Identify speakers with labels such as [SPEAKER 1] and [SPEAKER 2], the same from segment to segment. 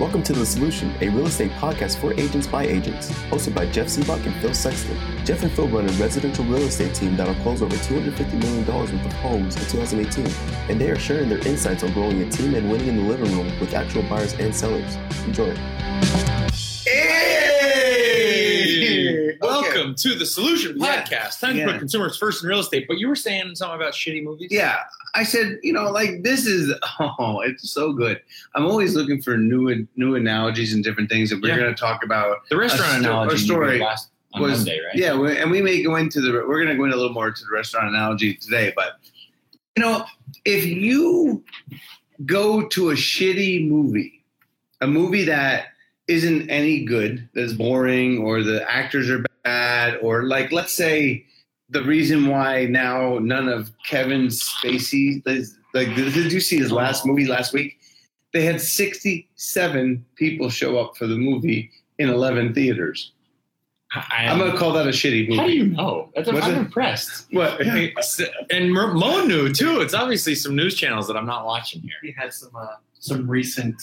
[SPEAKER 1] Welcome to The Solution, a real estate podcast for agents by agents, hosted by Jeff Seabuck and Phil Sexton. Jeff and Phil run a residential real estate team that'll close over $250 million worth of homes in 2018, and they are sharing their insights on growing a team and winning in the living room with actual buyers and sellers. Enjoy.
[SPEAKER 2] Hey!
[SPEAKER 3] Okay.
[SPEAKER 2] Welcome to the Solution
[SPEAKER 3] Yeah.
[SPEAKER 2] Podcast. Time to
[SPEAKER 3] Yeah.
[SPEAKER 2] put consumers first in real estate. But you were saying something about shitty movies.
[SPEAKER 3] Yeah, I said, you know, like this is oh, it's so good. I'm always looking for new new analogies and different things that we're
[SPEAKER 2] Yeah.
[SPEAKER 3] going to talk about.
[SPEAKER 2] the restaurant
[SPEAKER 3] A sto-
[SPEAKER 2] analogy
[SPEAKER 3] a
[SPEAKER 2] you
[SPEAKER 3] story
[SPEAKER 2] did last on
[SPEAKER 3] was-
[SPEAKER 2] Monday, right?
[SPEAKER 3] Yeah, we and we may go into the we're going to go into a little more to the restaurant analogy today, but you know, if you go to a shitty movie, a movie that isn't any good, that's boring, or the actors are bad, or like let's say the reason why now none of Kevin Spacey like did you see his last movie last week? They had sixty-seven people show up for the movie in eleven theaters.
[SPEAKER 2] I,
[SPEAKER 3] I'm gonna call that a shitty movie.
[SPEAKER 2] How do you know? That's,
[SPEAKER 3] What's
[SPEAKER 2] I'm
[SPEAKER 3] it?
[SPEAKER 2] impressed.
[SPEAKER 3] What?
[SPEAKER 2] and Mer- Mo knew too. It's obviously some news channels that I'm not watching here.
[SPEAKER 4] we had some uh, some recent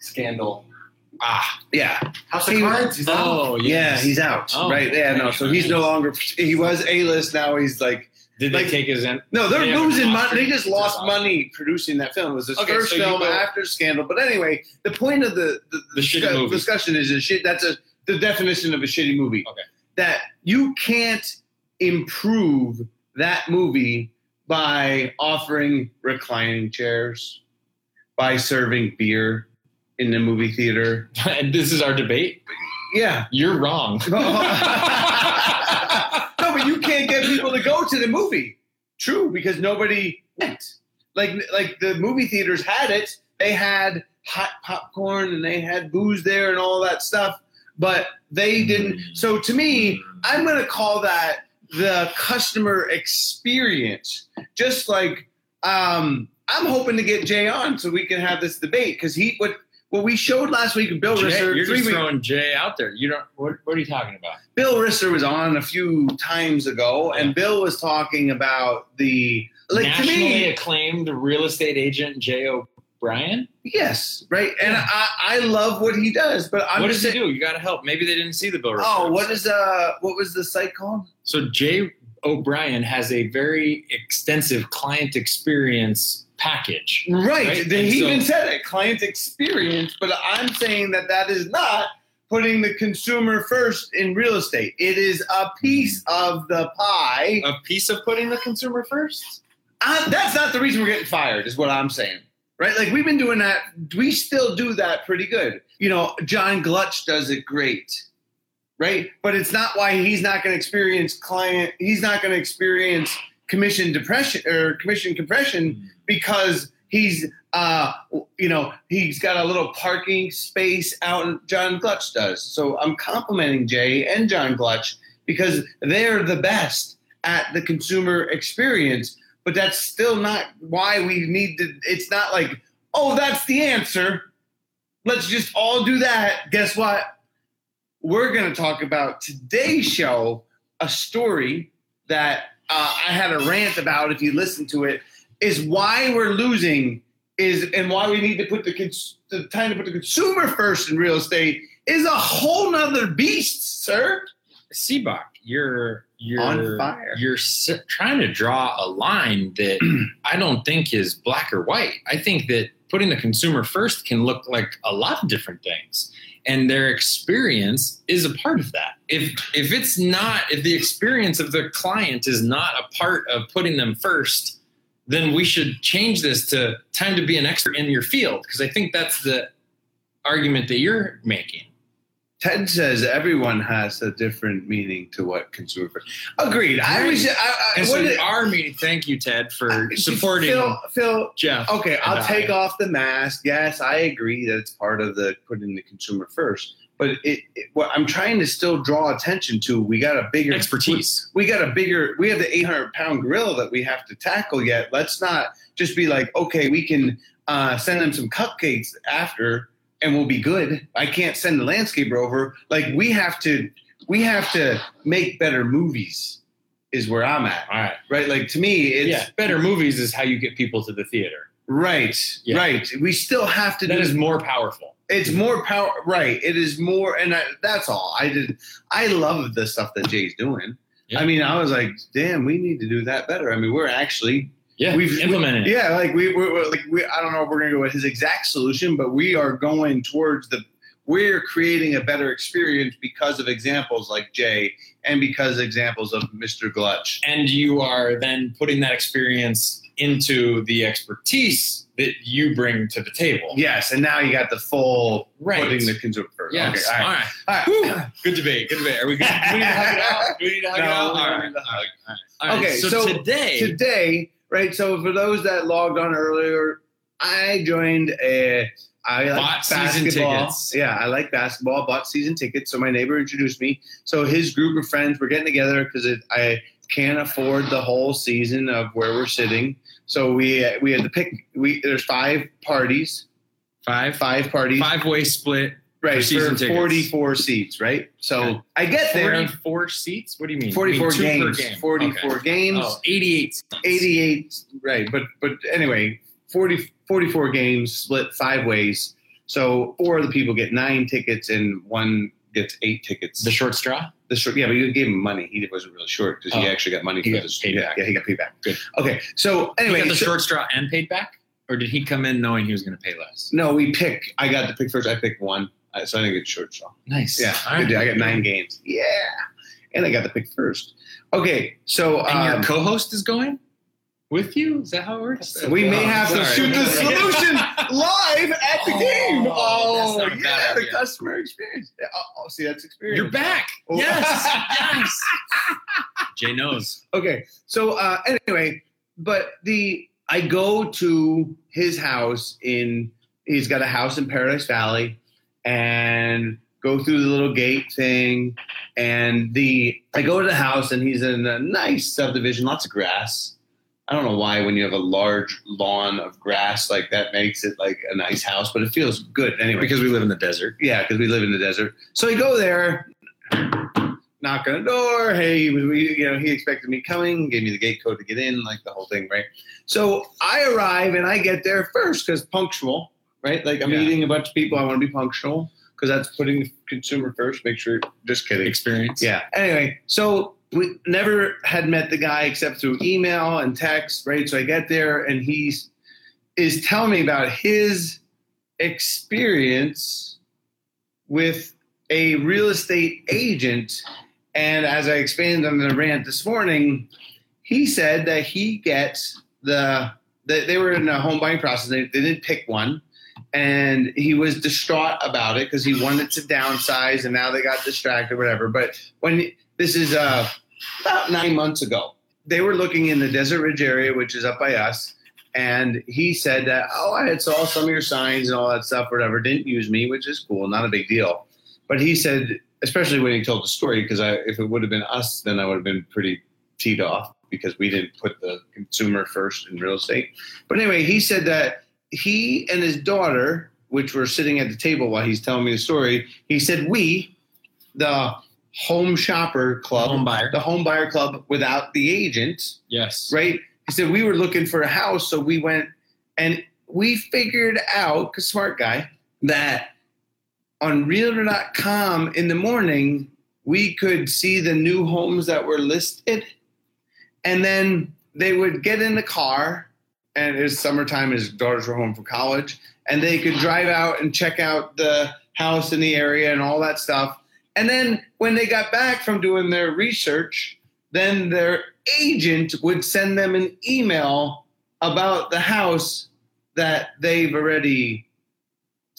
[SPEAKER 4] scandal.
[SPEAKER 2] Ah,
[SPEAKER 3] Yeah.
[SPEAKER 4] House
[SPEAKER 3] He-
[SPEAKER 4] of Cards. he's out.
[SPEAKER 2] oh
[SPEAKER 3] Yeah,
[SPEAKER 2] yes.
[SPEAKER 3] he's out.
[SPEAKER 2] Oh.
[SPEAKER 3] right. Yeah, no. So he's no longer. He was A list. Now he's like.
[SPEAKER 2] Did
[SPEAKER 3] like-
[SPEAKER 2] they take his? In-
[SPEAKER 3] No, they're
[SPEAKER 2] They haven't
[SPEAKER 3] losing
[SPEAKER 2] lost
[SPEAKER 3] money. They
[SPEAKER 2] it.
[SPEAKER 3] just lost money producing that film. It was his
[SPEAKER 2] Okay,
[SPEAKER 3] first
[SPEAKER 2] so you
[SPEAKER 3] film
[SPEAKER 2] go-
[SPEAKER 3] after Scandal. But anyway, the point of the the,
[SPEAKER 2] The shitty
[SPEAKER 3] discu-
[SPEAKER 2] movie.
[SPEAKER 3] discussion is a shit. That's a the definition of a shitty movie.
[SPEAKER 2] Okay.
[SPEAKER 3] That you can't improve that movie by offering reclining chairs, by serving beer in the movie theater.
[SPEAKER 2] and this is our debate.
[SPEAKER 3] Yeah.
[SPEAKER 2] You're wrong.
[SPEAKER 3] no, but you can't get people to go to the movie. True, because nobody went. Like like the movie theaters had it. They had hot popcorn and they had booze there and all that stuff, but they didn't. So to me, I'm going to call that the customer experience. Just like um, I'm hoping to get Jay on so we can have this debate because he what what we showed last week. Bill
[SPEAKER 2] Jay,
[SPEAKER 3] Risser,
[SPEAKER 2] you're
[SPEAKER 3] three
[SPEAKER 2] just
[SPEAKER 3] weeks-
[SPEAKER 2] throwing Jay out there. You don't. What, what are you talking about?
[SPEAKER 3] Bill Risser was on a few times ago, and Bill was talking about the like
[SPEAKER 2] nationally
[SPEAKER 3] to me,
[SPEAKER 2] acclaimed real estate agent Jay O'Brien.
[SPEAKER 3] yes, right. And I, I love what he does, but I'm
[SPEAKER 2] what does
[SPEAKER 3] just
[SPEAKER 2] he
[SPEAKER 3] saying-
[SPEAKER 2] do? You got to help. Maybe they didn't see the bill.
[SPEAKER 3] oh,
[SPEAKER 2] reference.
[SPEAKER 3] what is uh, what was the site called?
[SPEAKER 2] So Jay O'Brien has a very extensive client experience package.
[SPEAKER 3] Right,
[SPEAKER 2] Right,
[SPEAKER 3] they-
[SPEAKER 2] and
[SPEAKER 3] he
[SPEAKER 2] so-
[SPEAKER 3] even said it, client experience. But I'm saying that that is not putting the consumer first in real estate. It is a piece
[SPEAKER 2] Mm-hmm.
[SPEAKER 3] of the pie.
[SPEAKER 2] A piece of putting the consumer first.
[SPEAKER 3] I, that's not the reason we're getting fired, is what I'm saying. Right? Like we've been doing that. We still do that pretty good. You know, John Glutch does it great. Right? But it's not why he's not going to experience client, he's not going to experience commission depression or commission compression because he's uh you know he's got a little parking space out in john glutch does so i'm complimenting jay and john glutch because they're the best at the consumer experience but that's still not why we need to it's not like oh that's the answer let's just all do that guess what we're going to talk about today's show a story that uh, i had a rant about if you listen to it is why we're losing is and why we need to put the, cons- the time to put the consumer first in real estate is a whole nother beast sir
[SPEAKER 2] Seabach, you're you're
[SPEAKER 3] On fire.
[SPEAKER 2] You're s- trying to draw a line that I don't think is black or white. I think that putting the consumer first can look like a lot of different things, and their experience is a part of that. If if it's not, if the experience of the client is not a part of putting them first, then we should change this to time to be an expert in your field because I think that's the argument that you're making.
[SPEAKER 3] ted says everyone has a different meaning to what consumer first agreed i was i, I
[SPEAKER 2] And
[SPEAKER 3] what
[SPEAKER 2] so
[SPEAKER 3] did-
[SPEAKER 2] our meeting, thank you, Ted, for supporting
[SPEAKER 3] phil, phil
[SPEAKER 2] Jeff.
[SPEAKER 3] Okay, I'll
[SPEAKER 2] I-
[SPEAKER 3] take off the mask. Yes, I agree that it's part of the putting the consumer first. But it, it, what I'm trying to still draw attention to, we got a bigger
[SPEAKER 2] Expertise.
[SPEAKER 3] We, we got a bigger. We have the 800 pound gorilla that we have to tackle yet. Let's not just be like, okay, we can uh, send them some cupcakes after, and we'll be good. I can't send the landscaper over. Like we have to, we have to make better movies. Is where I'm at,
[SPEAKER 2] All right.
[SPEAKER 3] right? Like to me, it's
[SPEAKER 2] yeah. Better movies is how you get people to the theater.
[SPEAKER 3] Right,
[SPEAKER 2] Yeah.
[SPEAKER 3] right. We still have to
[SPEAKER 2] That
[SPEAKER 3] do
[SPEAKER 2] is more powerful.
[SPEAKER 3] It's more power, right? It is more, and I, that's all. I did. I love the stuff that Jay's doing.
[SPEAKER 2] Yeah.
[SPEAKER 3] I mean, I was like, damn, we need to do that better. I mean, we're actually,
[SPEAKER 2] Yeah,
[SPEAKER 3] We've-
[SPEAKER 2] we've implemented it.
[SPEAKER 3] yeah, like we, we're, we're- like we. I don't know if we're going to go with his exact solution, but we are going towards the. We're creating a better experience because of examples like Jay and because examples of Mr. Glutch.
[SPEAKER 2] and you are then putting that experience into the expertise that you bring to the table.
[SPEAKER 3] Yes, and now you got the full
[SPEAKER 2] Right.
[SPEAKER 3] putting the consumer first.
[SPEAKER 2] Yes.
[SPEAKER 3] Okay, all right.
[SPEAKER 2] All right.
[SPEAKER 3] All right.
[SPEAKER 2] Whew. Good debate. Good debate. Are we good? Do we need to hug it out? Do we need to hug it
[SPEAKER 3] No,
[SPEAKER 2] out?
[SPEAKER 3] we
[SPEAKER 2] All
[SPEAKER 3] don't
[SPEAKER 2] right.
[SPEAKER 3] need to hug.
[SPEAKER 2] All right.
[SPEAKER 3] Okay,
[SPEAKER 2] So,
[SPEAKER 3] so
[SPEAKER 2] today,
[SPEAKER 3] today, right? So for those that logged on earlier, I joined a. I like
[SPEAKER 2] Bought season
[SPEAKER 3] basketball.
[SPEAKER 2] tickets.
[SPEAKER 3] Yeah, I like basketball. Bought season tickets. So my neighbor introduced me. So his group of friends were getting together because I can't afford the whole season of where we're sitting. So we we had to pick. We there's five parties,
[SPEAKER 2] five
[SPEAKER 3] five parties,
[SPEAKER 2] five way split,
[SPEAKER 3] right?
[SPEAKER 2] for season
[SPEAKER 3] for
[SPEAKER 2] tickets.
[SPEAKER 3] 44 seats, right? So
[SPEAKER 2] Okay.
[SPEAKER 3] I get
[SPEAKER 2] forty
[SPEAKER 3] there.
[SPEAKER 2] four seats. What do you mean?
[SPEAKER 3] 44
[SPEAKER 2] You mean two per
[SPEAKER 3] games.
[SPEAKER 2] game.
[SPEAKER 3] 44
[SPEAKER 2] Okay.
[SPEAKER 3] games.
[SPEAKER 2] Oh, 88 seats.
[SPEAKER 3] 88 right but but anyway 40 44 games split five ways so four of the people get nine tickets and one gets eight tickets
[SPEAKER 2] The short straw.
[SPEAKER 3] the short, yeah, but you gave him money. He wasn't really short because he
[SPEAKER 2] Oh.
[SPEAKER 3] actually got money
[SPEAKER 2] He
[SPEAKER 3] for
[SPEAKER 2] got
[SPEAKER 3] this.
[SPEAKER 2] paid
[SPEAKER 3] yeah,
[SPEAKER 2] back.
[SPEAKER 3] yeah, he got paid back.
[SPEAKER 2] Good.
[SPEAKER 3] Okay, so
[SPEAKER 2] he
[SPEAKER 3] anyway,
[SPEAKER 2] got the
[SPEAKER 3] so-
[SPEAKER 2] short straw and paid back, or did he come in knowing he was going to pay less?
[SPEAKER 3] no, we pick. I got to pick first. I picked one, I- so I didn't get short straw.
[SPEAKER 2] Nice.
[SPEAKER 3] Yeah,
[SPEAKER 2] All
[SPEAKER 3] good
[SPEAKER 2] right.
[SPEAKER 3] deal. I got nine games. Yeah, and I got to pick first. Okay, so
[SPEAKER 2] And
[SPEAKER 3] um,
[SPEAKER 2] your co-host is going with you. Is that how it works?
[SPEAKER 3] We may
[SPEAKER 2] Oh,
[SPEAKER 3] have to
[SPEAKER 2] sorry.
[SPEAKER 3] shoot the
[SPEAKER 2] Yeah.
[SPEAKER 3] solution live at the
[SPEAKER 2] Oh,
[SPEAKER 3] game.
[SPEAKER 2] that's
[SPEAKER 3] Oh,
[SPEAKER 2] not a bad
[SPEAKER 3] yeah, the
[SPEAKER 2] idea.
[SPEAKER 3] customer experience. Yeah, Oh, oh, see, that's experience.
[SPEAKER 2] You're back.
[SPEAKER 3] Oh.
[SPEAKER 2] Yes. yes. Jay knows.
[SPEAKER 3] Okay, so uh, anyway, but the I go to his house in. He's got a house in Paradise Valley, and go through the little gate thing, and the I go to the house, and he's in a nice subdivision, lots of grass. I don't know why when you have a large lawn of grass like that makes it like a nice house, but it feels good anyway.
[SPEAKER 2] Because we live in the desert.
[SPEAKER 3] Yeah, because we live in the desert. So I go there, knock on the door. Hey, he was- we, you know, he expected me coming, gave me the gate code to get in, like the whole thing, right? So I arrive and I get there first because punctual, right? Like I'm
[SPEAKER 2] Yeah.
[SPEAKER 3] meeting a bunch of people. I want to be punctual because that's putting the consumer first. Make sure. Just kidding.
[SPEAKER 2] Experience.
[SPEAKER 3] Yeah. Anyway, so we never had met the guy except through email and text, right? So I get there and he's is telling me about his experience with a real estate agent. And as I expanded on the rant this morning, he said that he gets the that they were in a home buying process. They, they didn't pick one, and he was distraught about it because he wanted to downsize, and now they got distracted, whatever. But when this is uh, about nine months ago, they were looking in the Desert Ridge area, which is up by us, and he said that oh, I had saw some of your signs and all that stuff, whatever. Didn't use me, which is cool, not a big deal. But he said, especially when he told the story, because if it would have been us, then I would have been pretty teed off because we didn't put the consumer first in real estate. But anyway, he said that he and his daughter, which were sitting at the table while he's telling me the story, he said, We, the home shopper club,
[SPEAKER 2] Home buyer.
[SPEAKER 3] the home buyer club without the agent,
[SPEAKER 2] Yes.
[SPEAKER 3] right? He said, We were looking for a house, so we went and we figured out, 'cause smart guy, that on realtor.com in the morning, we could see the new homes that were listed. And then they would get in the car, and it was summertime, his daughters were home from college, and they could drive out and check out the house in the area and all that stuff. And then when they got back from doing their research, then their agent would send them an email about the house that they've already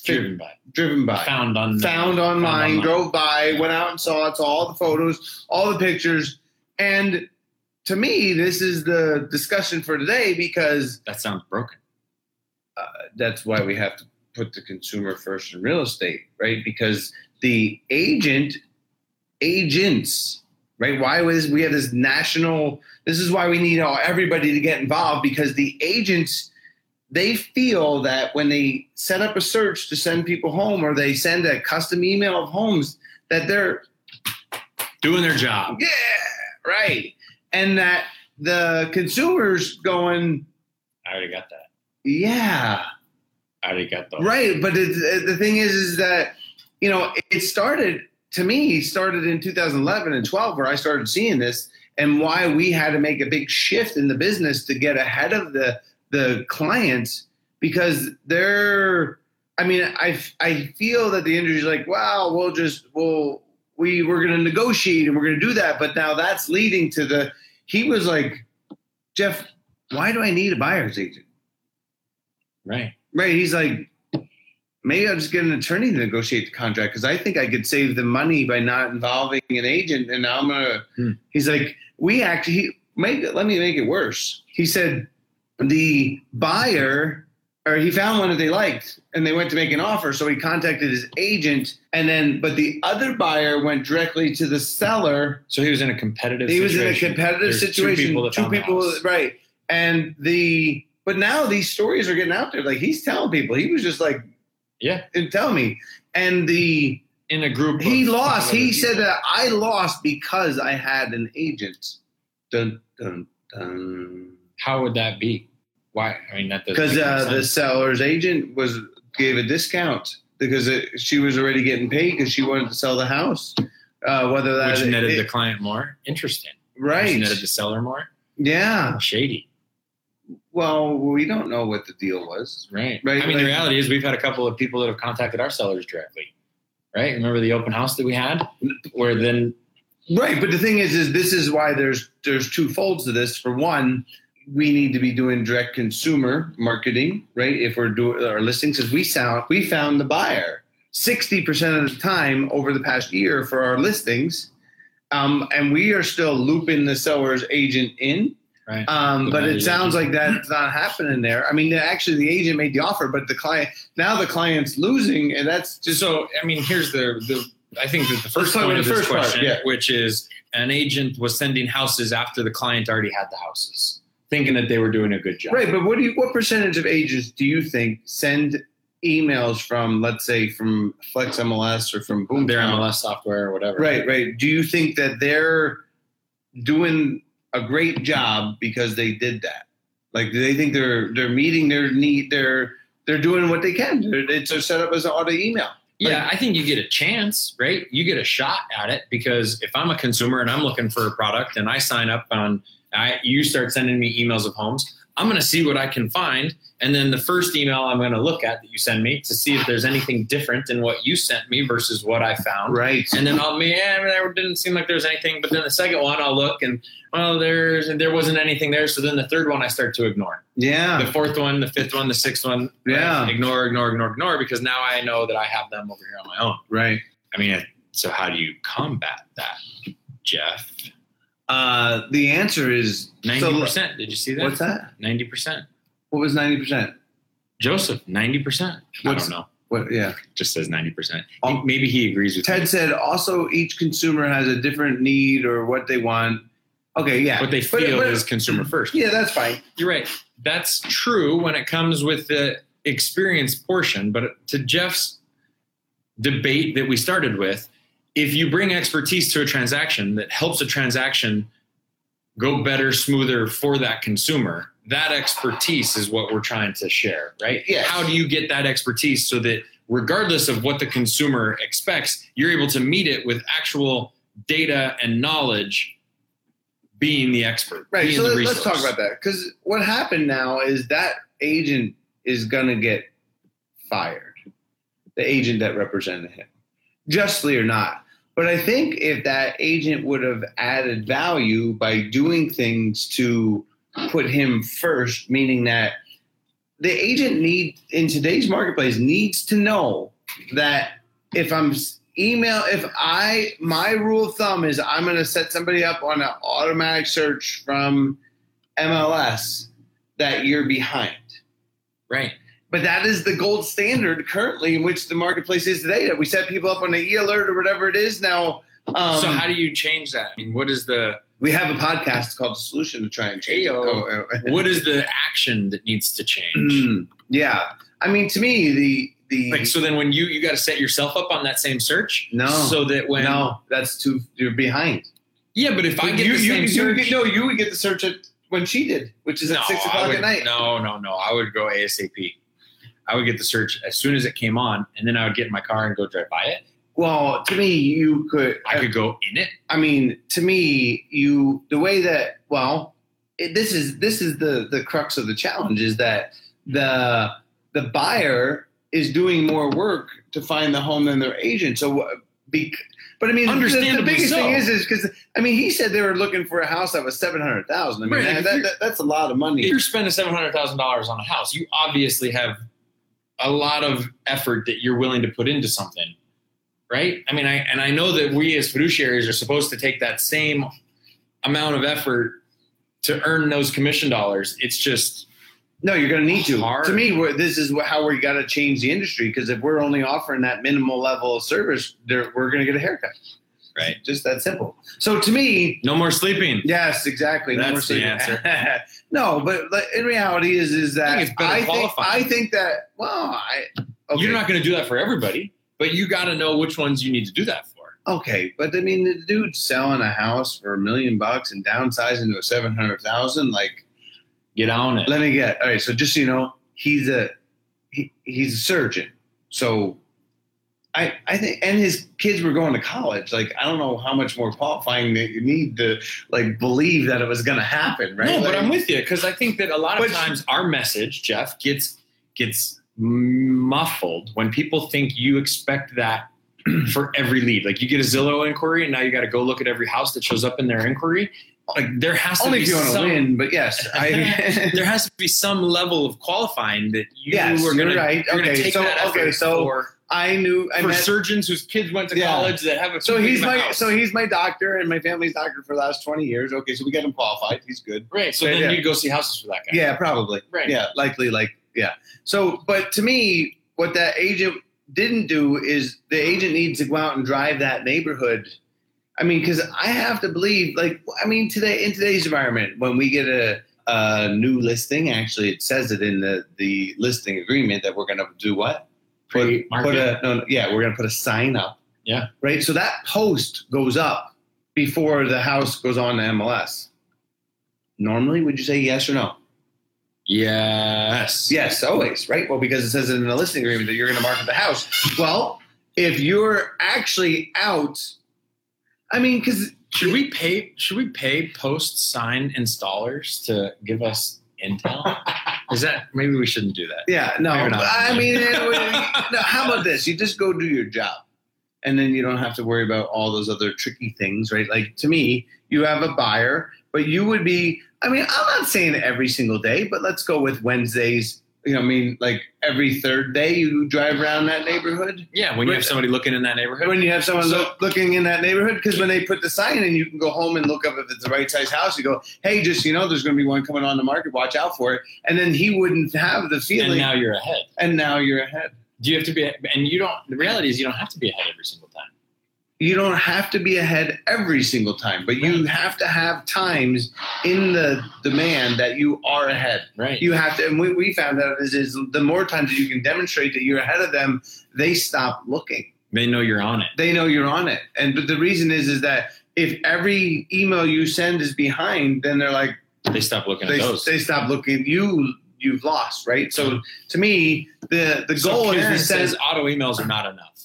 [SPEAKER 2] Driven by.
[SPEAKER 3] driven by
[SPEAKER 2] Found on.
[SPEAKER 3] found online, drove by, went out and saw it, saw all the photos, all the pictures. And to me, this is the discussion for today because
[SPEAKER 2] That sounds broken.
[SPEAKER 3] that's why we have to put the consumer first in real estate, right? Because the agent, agents, right? Why was we have this national? This is why we need all everybody to get involved because the agents they feel that when they set up a search to send people home or they send a custom email of homes that they're
[SPEAKER 2] Doing their job.
[SPEAKER 3] yeah, right. And that the consumers going,
[SPEAKER 2] I already got that.
[SPEAKER 3] yeah,
[SPEAKER 2] arigato.
[SPEAKER 3] Right, but it, it- the thing is, is that you know it started to me it started in 2011 and 12 where I started seeing this and why we had to make a big shift in the business to get ahead of the the clients because they're I mean I I feel that the industry's like wow we'll just we'll we we're going to negotiate and we're going to do that but now that's leading to the he was like Jeff why do I need a buyer's agent
[SPEAKER 2] Right.
[SPEAKER 3] Right. He's like, maybe I'll just get an attorney to negotiate the contract because I think I could save the money by not involving an agent. And now I'm gonna.
[SPEAKER 2] Hmm.
[SPEAKER 3] He's like, we actually he, make it. Let me make it worse. He said, the buyer or he found one that they liked and they went to make an offer so he contacted his agent and then but the other buyer went directly to the seller
[SPEAKER 2] So he was in a competitive
[SPEAKER 3] he was
[SPEAKER 2] situation.
[SPEAKER 3] in a competitive
[SPEAKER 2] There's
[SPEAKER 3] situation.
[SPEAKER 2] Two people that found the house.
[SPEAKER 3] right? And the but now these stories are getting out there. Like he's telling people, he was just like,
[SPEAKER 2] Yeah.
[SPEAKER 3] and tell me. And the
[SPEAKER 2] in a group.
[SPEAKER 3] he
[SPEAKER 2] of
[SPEAKER 3] lost.
[SPEAKER 2] other
[SPEAKER 3] He
[SPEAKER 2] people.
[SPEAKER 3] said that I lost because I had an agent. Dun dun dun.
[SPEAKER 2] How would that be? Why? I mean, that doesn't
[SPEAKER 3] Because
[SPEAKER 2] make any
[SPEAKER 3] uh, the
[SPEAKER 2] sense.
[SPEAKER 3] seller's agent was gave a discount because it, she was already getting paid because she wanted to sell the house. Uh, whether that
[SPEAKER 2] which netted
[SPEAKER 3] it-
[SPEAKER 2] the client more. Interesting. Which
[SPEAKER 3] right,
[SPEAKER 2] netted the seller more.
[SPEAKER 3] yeah.
[SPEAKER 2] Shady.
[SPEAKER 3] Well, we don't know what the deal was.
[SPEAKER 2] Right.
[SPEAKER 3] Right,
[SPEAKER 2] I mean,
[SPEAKER 3] like-
[SPEAKER 2] the reality is we've had a couple of people that have contacted our sellers directly. Right. Remember the open house that we had, where then
[SPEAKER 3] Right, but the thing is, is this is why there's there's two folds to this. For one, we need to be doing direct consumer marketing, right? If we're doing our listings, because we sound we found the buyer sixty percent of the time over the past year for our listings, um, and we are still looping the seller's agent in.
[SPEAKER 2] Right.
[SPEAKER 3] Um,
[SPEAKER 2] The
[SPEAKER 3] but it
[SPEAKER 2] buyer's
[SPEAKER 3] sounds like that's not happening there. I mean, actually, the agent made the offer, but the client now the client's losing, and that's just
[SPEAKER 2] so I mean, here's the the I think that the first
[SPEAKER 3] talk
[SPEAKER 2] point
[SPEAKER 3] about
[SPEAKER 2] of
[SPEAKER 3] the
[SPEAKER 2] this
[SPEAKER 3] first part,
[SPEAKER 2] question,
[SPEAKER 3] yeah.
[SPEAKER 2] which is an agent was sending houses after the client already had the houses, thinking that they were doing a good job.
[SPEAKER 3] Right, but what do you, what percentage of agents do you think send emails from, let's say, from Flex MLS or from Boomtown?
[SPEAKER 2] Their MLS software or whatever.
[SPEAKER 3] Right, right. Do you think that they're doing a great job because they did that? Like, do they think they're they're meeting their need? They're they're doing what they can. They're, it's they're set up as an auto email.
[SPEAKER 2] Yeah, I think you get a chance, right? You get a shot at it because if I'm a consumer and I'm looking for a product and I sign up on, I, you start sending me emails of homes, I'm going to see what I can find. And then the first email I'm going to look at that you send me to see if there's anything different in what you sent me versus what I found.
[SPEAKER 3] Right.
[SPEAKER 2] And then I'll be, yeah, there didn't seem like there was anything. But then the second one, I'll look and, well, there's, there wasn't anything there. So then the third one I start to ignore
[SPEAKER 3] Yeah.
[SPEAKER 2] the fourth one, the fifth one, the sixth one.
[SPEAKER 3] Yeah.
[SPEAKER 2] right? Ignore, ignore, ignore, ignore, because now I know that I have them over here on my own.
[SPEAKER 3] Right.
[SPEAKER 2] I mean, so how do you combat that, Jeff?
[SPEAKER 3] Uh, the answer is
[SPEAKER 2] Ninety percent. Did you see
[SPEAKER 3] So,
[SPEAKER 2] that?
[SPEAKER 3] what's that?
[SPEAKER 2] Ninety percent.
[SPEAKER 3] What was ninety percent?
[SPEAKER 2] Joseph, ninety percent. I
[SPEAKER 3] What's-
[SPEAKER 2] don't know.
[SPEAKER 3] What? Yeah.
[SPEAKER 2] Just says ninety percent.
[SPEAKER 3] Um,
[SPEAKER 2] Maybe he agrees with
[SPEAKER 3] Ted said also each consumer has a different need or what they want. Okay, yeah.
[SPEAKER 2] what they
[SPEAKER 3] But-
[SPEAKER 2] feel
[SPEAKER 3] but-
[SPEAKER 2] is consumer first.
[SPEAKER 3] Yeah, that's fine.
[SPEAKER 2] You're right. That's true when it comes with the experience portion. But to Jeff's debate that we started with, if you bring expertise to a transaction that helps a transaction go better, smoother for that consumer, that expertise is what we're trying to share, right?
[SPEAKER 3] Yes.
[SPEAKER 2] How do you get that expertise so that regardless of what the consumer expects, you're able to meet it with actual data and knowledge being the expert.
[SPEAKER 3] Right.
[SPEAKER 2] being
[SPEAKER 3] So
[SPEAKER 2] the
[SPEAKER 3] let, us talk
[SPEAKER 2] resource.
[SPEAKER 3] about that. Because what happened now is that agent is going to get fired, the agent that represented him, justly or not. But I think if that agent would have added value by doing things to put him first, meaning that the agent need in today's marketplace needs to know that if I'm s- email if I my rule of thumb is I'm going to set somebody up on an automatic search from MLS that you're behind.
[SPEAKER 2] Right.
[SPEAKER 3] But that is the gold standard currently in which the marketplace is today. That we set people up on an e alert or whatever it is now. Um,
[SPEAKER 2] so how do you change that? I mean, what is the
[SPEAKER 3] we have a podcast called The Solution to try and change. it.
[SPEAKER 2] Ayo.
[SPEAKER 3] Oh,
[SPEAKER 2] what is the action that needs to change?
[SPEAKER 3] Mm, yeah, I mean, to me, the the
[SPEAKER 2] like so then when you you got to set yourself up on that same search
[SPEAKER 3] Hmm. No.
[SPEAKER 2] so that when
[SPEAKER 3] no, that's too you're behind.
[SPEAKER 2] yeah but if I get
[SPEAKER 3] you,
[SPEAKER 2] the
[SPEAKER 3] you,
[SPEAKER 2] same
[SPEAKER 3] you
[SPEAKER 2] search
[SPEAKER 3] get- no, you would get the search at when she did, which is at
[SPEAKER 2] no,
[SPEAKER 3] six
[SPEAKER 2] I
[SPEAKER 3] o'clock
[SPEAKER 2] would-
[SPEAKER 3] at night.
[SPEAKER 2] no no no I would go ASAP I would get the search as soon as it came on, and then I would get in my car and go drive by it.
[SPEAKER 3] Well, to me, you could.
[SPEAKER 2] I could go in it.
[SPEAKER 3] I mean, to me, you the way that well, it, this is this is the the crux of the challenge is that the the buyer is doing more work to find the home than their agent. So, uh, bec but I mean, the- the,
[SPEAKER 2] Understandably
[SPEAKER 3] biggest
[SPEAKER 2] so.
[SPEAKER 3] thing is is because I mean, he said they were looking for a house that was seven hundred thousand. I mean,
[SPEAKER 2] Right,
[SPEAKER 3] that-
[SPEAKER 2] if
[SPEAKER 3] that,
[SPEAKER 2] you're-
[SPEAKER 3] that- that's a lot
[SPEAKER 2] If
[SPEAKER 3] of money.
[SPEAKER 2] you're spending seven hundred thousand dollars on a house, you obviously have a lot of effort that you're willing to put into something, right? I mean, I and I know that we as fiduciaries are supposed to take that same amount of effort to earn those commission dollars. It's just
[SPEAKER 3] No, you're going to need to.
[SPEAKER 2] Hard.
[SPEAKER 3] To me, we're, this is wh- how we got to change the industry because if we're only offering that minimal level of service, there- we're going to get a haircut.
[SPEAKER 2] Right.
[SPEAKER 3] Just that simple. So to me,
[SPEAKER 2] no more sleeping.
[SPEAKER 3] Yes, exactly. No
[SPEAKER 2] That's
[SPEAKER 3] more
[SPEAKER 2] the
[SPEAKER 3] saving.
[SPEAKER 2] answer.
[SPEAKER 3] no, but like, in reality, is is that
[SPEAKER 2] I think it's better
[SPEAKER 3] think,
[SPEAKER 2] qualifying.
[SPEAKER 3] I think that well, I okay,
[SPEAKER 2] You're not going to do that for everybody, but you got to know which ones you need to do that for.
[SPEAKER 3] okay, but I mean, the dude selling a house for a million bucks and downsizing to a seven hundred thousand, like,
[SPEAKER 2] Get on it.
[SPEAKER 3] let me get all right. So just so you know, he's a he, he's a surgeon, so. I, I think and his kids were going to college. Like I don't know how much more qualifying that you need to like believe that it was going to happen, right?
[SPEAKER 2] No,
[SPEAKER 3] Like-
[SPEAKER 2] but I'm with you because I think that a lot of
[SPEAKER 3] But-
[SPEAKER 2] times our message, Jeff, gets gets muffled when people think you expect that for every lead. Like you get a Zillow inquiry, and now you got to go look at every house that shows up in their inquiry. Like there has to
[SPEAKER 3] only
[SPEAKER 2] be
[SPEAKER 3] if you want to
[SPEAKER 2] some,
[SPEAKER 3] win. But yes, I,
[SPEAKER 2] there has to be some level of qualifying that you
[SPEAKER 3] Yes,
[SPEAKER 2] are going
[SPEAKER 3] you're right.
[SPEAKER 2] You're gonna
[SPEAKER 3] Okay,
[SPEAKER 2] take
[SPEAKER 3] so-
[SPEAKER 2] that effort
[SPEAKER 3] okay, so
[SPEAKER 2] for,
[SPEAKER 3] I knew. I
[SPEAKER 2] for
[SPEAKER 3] met,
[SPEAKER 2] surgeons whose kids went to
[SPEAKER 3] Yeah.
[SPEAKER 2] college that have a
[SPEAKER 3] so he's
[SPEAKER 2] big
[SPEAKER 3] my
[SPEAKER 2] house.
[SPEAKER 3] so he's my doctor and my family's doctor for the last twenty years. Okay, so we got him qualified. He's good.
[SPEAKER 2] right. So
[SPEAKER 3] Yeah,
[SPEAKER 2] then
[SPEAKER 3] yeah.
[SPEAKER 2] you go see houses for that guy.
[SPEAKER 3] Yeah, probably.
[SPEAKER 2] Right.
[SPEAKER 3] Yeah, likely. Like yeah. So, but to me, what that agent didn't do is the agent needs to go out and drive that neighborhood. I mean, because I have to believe, like, I mean, today in today's environment, when we get a, a new listing, actually, it says it in the the listing agreement that we're going to do what put,
[SPEAKER 2] Pre-market.
[SPEAKER 3] put a no, no, yeah we're gonna put a sign up
[SPEAKER 2] Yeah.
[SPEAKER 3] right so that post goes up before the house goes on to mls normally would you say yes or no
[SPEAKER 2] Yes.
[SPEAKER 3] yes always right well because it says it in the listing agreement that you're gonna market the house well if you're actually out i mean because
[SPEAKER 2] Should we pay? Should we pay post sign installers to give us intel? Is that maybe we shouldn't do that?
[SPEAKER 3] yeah no
[SPEAKER 2] Maybe not.
[SPEAKER 3] i mean it would- no, how about this you just go do your job and then you don't have to worry about all those other tricky things, right? Like to me, you have a buyer, but you would be. I mean, I'm not saying every single day, but let's go with Wednesdays. You know, I mean, like every third day, you drive around that neighborhood.
[SPEAKER 2] Yeah, when you have somebody looking in that neighborhood.
[SPEAKER 3] When you have someone
[SPEAKER 2] So-
[SPEAKER 3] look, looking in that neighborhood, because when they put the sign in, you can go home and look up if it's the right size house. You go, hey, just you know, there's going to be one coming on the market. Watch out for it. And then he wouldn't have the
[SPEAKER 2] And
[SPEAKER 3] feeling.
[SPEAKER 2] now you're ahead.
[SPEAKER 3] and now you're ahead.
[SPEAKER 2] Do you have to be? And you don't. The reality is, you don't have to be ahead every single time.
[SPEAKER 3] you don't have to be ahead every single time, but you have to have times in the demand that you are ahead.
[SPEAKER 2] Right.
[SPEAKER 3] You have to, and we, we found out is, is the more times that you can demonstrate that you're ahead of them, they stop looking.
[SPEAKER 2] they know you're on it.
[SPEAKER 3] They know you're on it. And but the reason is is that if every email you send is behind, then they're like
[SPEAKER 2] They stop looking
[SPEAKER 3] they,
[SPEAKER 2] at those.
[SPEAKER 3] they stop looking. You you've lost, right? So to me, the the
[SPEAKER 2] So
[SPEAKER 3] goal
[SPEAKER 2] Karen
[SPEAKER 3] is to send
[SPEAKER 2] says auto emails are not enough.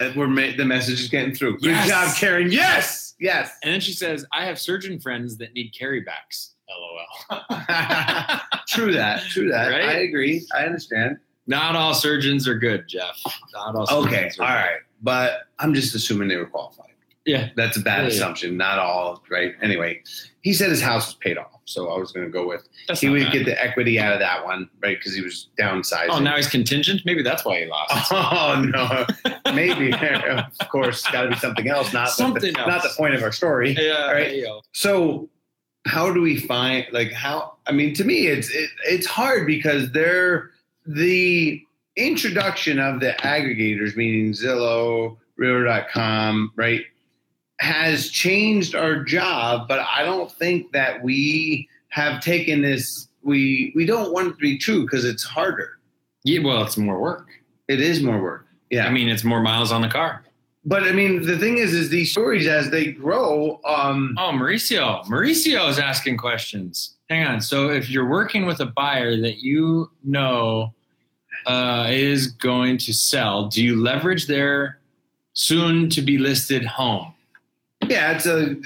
[SPEAKER 3] that we're ma- the message is getting through.
[SPEAKER 2] Yes.
[SPEAKER 3] Good job, Karen. Yes, yes.
[SPEAKER 2] And then she says, "I have surgeon friends that need carrybacks." LOL.
[SPEAKER 3] true that. True that.
[SPEAKER 2] Right?
[SPEAKER 3] I agree. I understand.
[SPEAKER 2] Not all surgeons are good, Jeff. Not all. Surgeons
[SPEAKER 3] Okay.
[SPEAKER 2] are good.
[SPEAKER 3] All right. But I'm just assuming they were qualified.
[SPEAKER 2] Yeah.
[SPEAKER 3] That's a bad
[SPEAKER 2] Yeah, yeah.
[SPEAKER 3] assumption. Not all, right? Anyway, he said his house was paid off. So I was going to go with
[SPEAKER 2] That's
[SPEAKER 3] he
[SPEAKER 2] not
[SPEAKER 3] would
[SPEAKER 2] bad.
[SPEAKER 3] get the equity out of that one, right? Because he was downsizing.
[SPEAKER 2] Oh, now he's contingent. Maybe that's why he lost.
[SPEAKER 3] Oh, no. Maybe. of course, got to be something else. Not,
[SPEAKER 2] Something
[SPEAKER 3] the,
[SPEAKER 2] else.
[SPEAKER 3] not the point of our story.
[SPEAKER 2] Yeah.
[SPEAKER 3] All right. So how do we find like how I mean to me it's it, it's hard because they're the introduction of the aggregators meaning Zillow, Realtor.com, right? Has changed our job, but I don't think that we have taken this we we don't want it to be true because it's harder.
[SPEAKER 2] Yeah, well, it's more work.
[SPEAKER 3] It is more work. Yeah.
[SPEAKER 2] I mean, it's more miles on the car.
[SPEAKER 3] but I mean the thing is is these stories as they grow um
[SPEAKER 2] Oh, Mauricio. Mauricio is asking questions. Hang on. So, if you're working with a buyer that you know uh, is going to sell, do you leverage their soon to be listed home?
[SPEAKER 3] Yeah, it's a.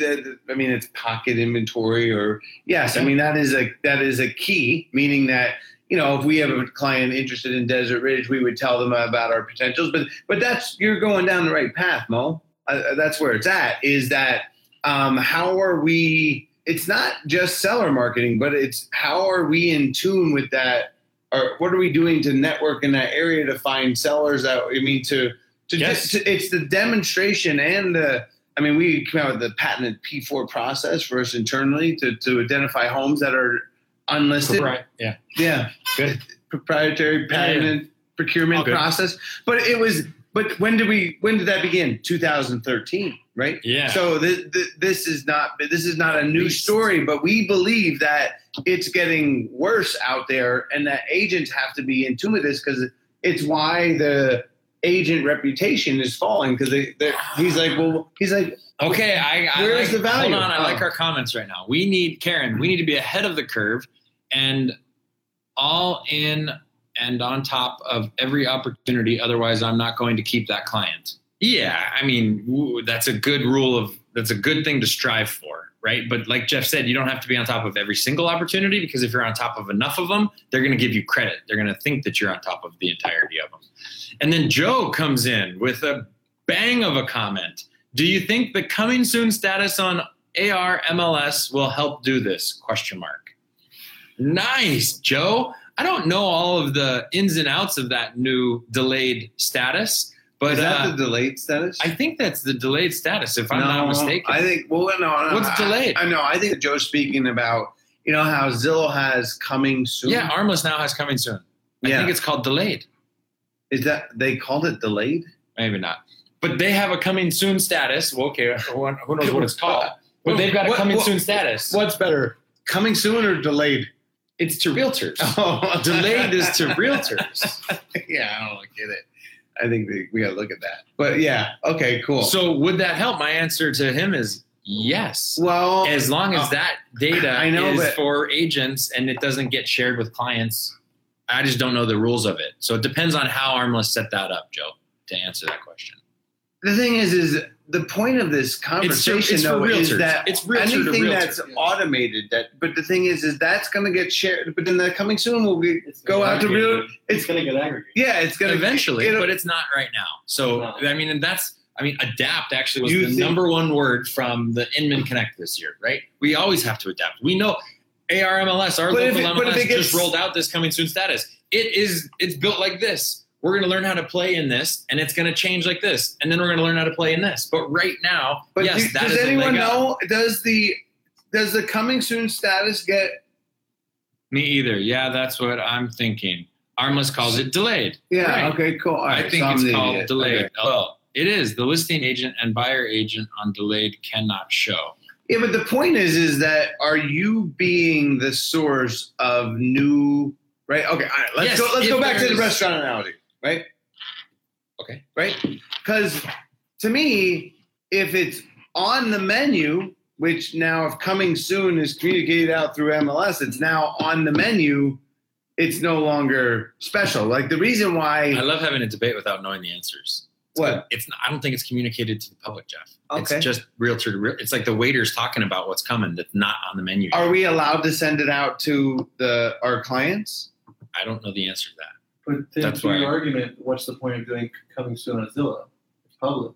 [SPEAKER 3] I mean, it's pocket inventory, or yes, I mean that is a that is a key, meaning that you know if we have a client interested in Desert Ridge, we would tell them about our potentials. But but that's you're going down the right path, Mo. Uh, that's where it's at. Is that um, how are we? It's not just seller marketing, but it's how are we in tune with that, or what are we doing to network in that area to find sellers that I mean to to
[SPEAKER 2] Yes.
[SPEAKER 3] just to, it's the demonstration and the. I mean, we came out with the patented P4 process for us internally to, to identify homes that are unlisted.
[SPEAKER 2] Right. Yeah.
[SPEAKER 3] Yeah.
[SPEAKER 2] Good.
[SPEAKER 3] Proprietary patented
[SPEAKER 2] All
[SPEAKER 3] procurement
[SPEAKER 2] good.
[SPEAKER 3] process. But it was, but when did we, when did that begin? 2013, right?
[SPEAKER 2] Yeah.
[SPEAKER 3] So th- th- this is not, this is not a new
[SPEAKER 2] Beast.
[SPEAKER 3] story, but we believe that it's getting worse out there and that agents have to be in tune with this because it's why the agent reputation is falling because they, they're- he's like, well, he's like,
[SPEAKER 2] Okay, I, I
[SPEAKER 3] Where's
[SPEAKER 2] like,
[SPEAKER 3] the value?
[SPEAKER 2] Hold on, I
[SPEAKER 3] Oh.
[SPEAKER 2] like our comments right now. We need Karen. We need to be ahead of the curve and all in and on top of every opportunity. Otherwise, I'm not going to keep that client. Yeah, I mean woo, that's a good rule of that's a good thing to strive for, right? But like Jeff said, you don't have to be on top of every single opportunity because if you're on top of enough of them, they're going to give you credit. They're going to think that you're on top of the entirety of them. And then Joe comes in with a bang of a comment. Do you think the coming soon status on AR MLS will help do this? Question mark. Nice, Joe. I don't know all of the ins and outs of that new delayed status, but
[SPEAKER 3] is that
[SPEAKER 2] uh,
[SPEAKER 3] the delayed status?
[SPEAKER 2] I think that's the delayed status, if I'm not mistaken.
[SPEAKER 3] I think. Well, no, no.
[SPEAKER 2] What's
[SPEAKER 3] I-
[SPEAKER 2] delayed?
[SPEAKER 3] I know. I think Joe's speaking about you know how Zillow has coming soon.
[SPEAKER 2] yeah, Armless now has coming soon. I
[SPEAKER 3] Yeah.
[SPEAKER 2] think it's called delayed.
[SPEAKER 3] Is that they called it delayed?
[SPEAKER 2] Maybe not. But they have a coming soon status. Well, okay, who who knows what it's called? But they've got a
[SPEAKER 3] What-
[SPEAKER 2] coming
[SPEAKER 3] what-
[SPEAKER 2] soon status.
[SPEAKER 3] What's better, coming soon or delayed?
[SPEAKER 2] It's to realtors.
[SPEAKER 3] Oh,
[SPEAKER 2] delayed is to realtors.
[SPEAKER 3] yeah, I don't get it. I think we, we gotta look at that. But yeah, okay, cool.
[SPEAKER 2] So would that help? My answer to him is yes.
[SPEAKER 3] well,
[SPEAKER 2] As long as
[SPEAKER 3] Oh.
[SPEAKER 2] that data
[SPEAKER 3] I know,
[SPEAKER 2] is
[SPEAKER 3] but-
[SPEAKER 2] for agents and it doesn't get shared with clients, I just don't know the rules of it. So it depends on how Armless set that up, Joe, to answer that question.
[SPEAKER 3] the thing is, is the point of this
[SPEAKER 2] It's,
[SPEAKER 3] conversation
[SPEAKER 2] it's for
[SPEAKER 3] though is
[SPEAKER 2] realtors.
[SPEAKER 3] that
[SPEAKER 2] it's realtor to
[SPEAKER 3] anything
[SPEAKER 2] realtor.
[SPEAKER 3] that's automated that but the thing is is that's going to get shared but then the coming soon will be,
[SPEAKER 4] It's
[SPEAKER 3] go out to real
[SPEAKER 4] aggregated. It's gonna get aggregated.
[SPEAKER 3] yeah it's going to
[SPEAKER 2] eventually,
[SPEAKER 3] it'll-
[SPEAKER 2] but it's not right now. So
[SPEAKER 4] No.
[SPEAKER 2] I mean, and that's I mean, adapt actually was
[SPEAKER 3] You
[SPEAKER 2] the
[SPEAKER 3] think-
[SPEAKER 2] number one word from the Inman Connect this year, right? We always have to adapt. We know ARMLS, our
[SPEAKER 3] But if
[SPEAKER 2] local
[SPEAKER 3] it- but if
[SPEAKER 2] MLS,
[SPEAKER 3] it gets-
[SPEAKER 2] just rolled out this coming soon status. It is it's built like this. We're going to learn how to play in this, and it's going to change like this, and then we're going to learn how to play in this. But right now,
[SPEAKER 3] But
[SPEAKER 2] yes,
[SPEAKER 3] do-
[SPEAKER 2] that
[SPEAKER 3] does
[SPEAKER 2] is a leg
[SPEAKER 3] anyone
[SPEAKER 2] up.
[SPEAKER 3] know? Does the does the coming soon status get?
[SPEAKER 2] Me either. Yeah, that's what I'm thinking. Armless calls it delayed.
[SPEAKER 3] Yeah.
[SPEAKER 2] Right.
[SPEAKER 3] Okay. Cool. All right,
[SPEAKER 2] I think
[SPEAKER 3] so I'm
[SPEAKER 2] it's
[SPEAKER 3] the
[SPEAKER 2] called
[SPEAKER 3] idiot.
[SPEAKER 2] delayed.
[SPEAKER 3] Okay.
[SPEAKER 2] Oh, it is. The listing agent and buyer agent on delayed cannot show.
[SPEAKER 3] Yeah, but the point is, is that are you being the source of new? Right. Okay. All right. Let's
[SPEAKER 2] Yes,
[SPEAKER 3] go. Let's
[SPEAKER 2] if
[SPEAKER 3] go back to the
[SPEAKER 2] there's-
[SPEAKER 3] restaurant analogy. Right.
[SPEAKER 2] Okay.
[SPEAKER 3] Right. Because to me, if it's on the menu, which now if coming soon is communicated out through MLS, it's now on the menu. It's no longer special. Like the reason why.
[SPEAKER 2] I love having a debate without knowing the answers.
[SPEAKER 3] what?
[SPEAKER 2] It's not, I don't think it's communicated to the public, Jeff.
[SPEAKER 3] Okay.
[SPEAKER 2] It's just realtor to real. It's like the waiters talking about what's coming that's not on the menu.
[SPEAKER 3] Are we allowed to send it out to the our clients?
[SPEAKER 2] I don't know the answer to that.
[SPEAKER 4] But to,
[SPEAKER 2] That's
[SPEAKER 4] to
[SPEAKER 2] why-
[SPEAKER 4] your argument, what's the point of doing coming soon on Zillow? It's public.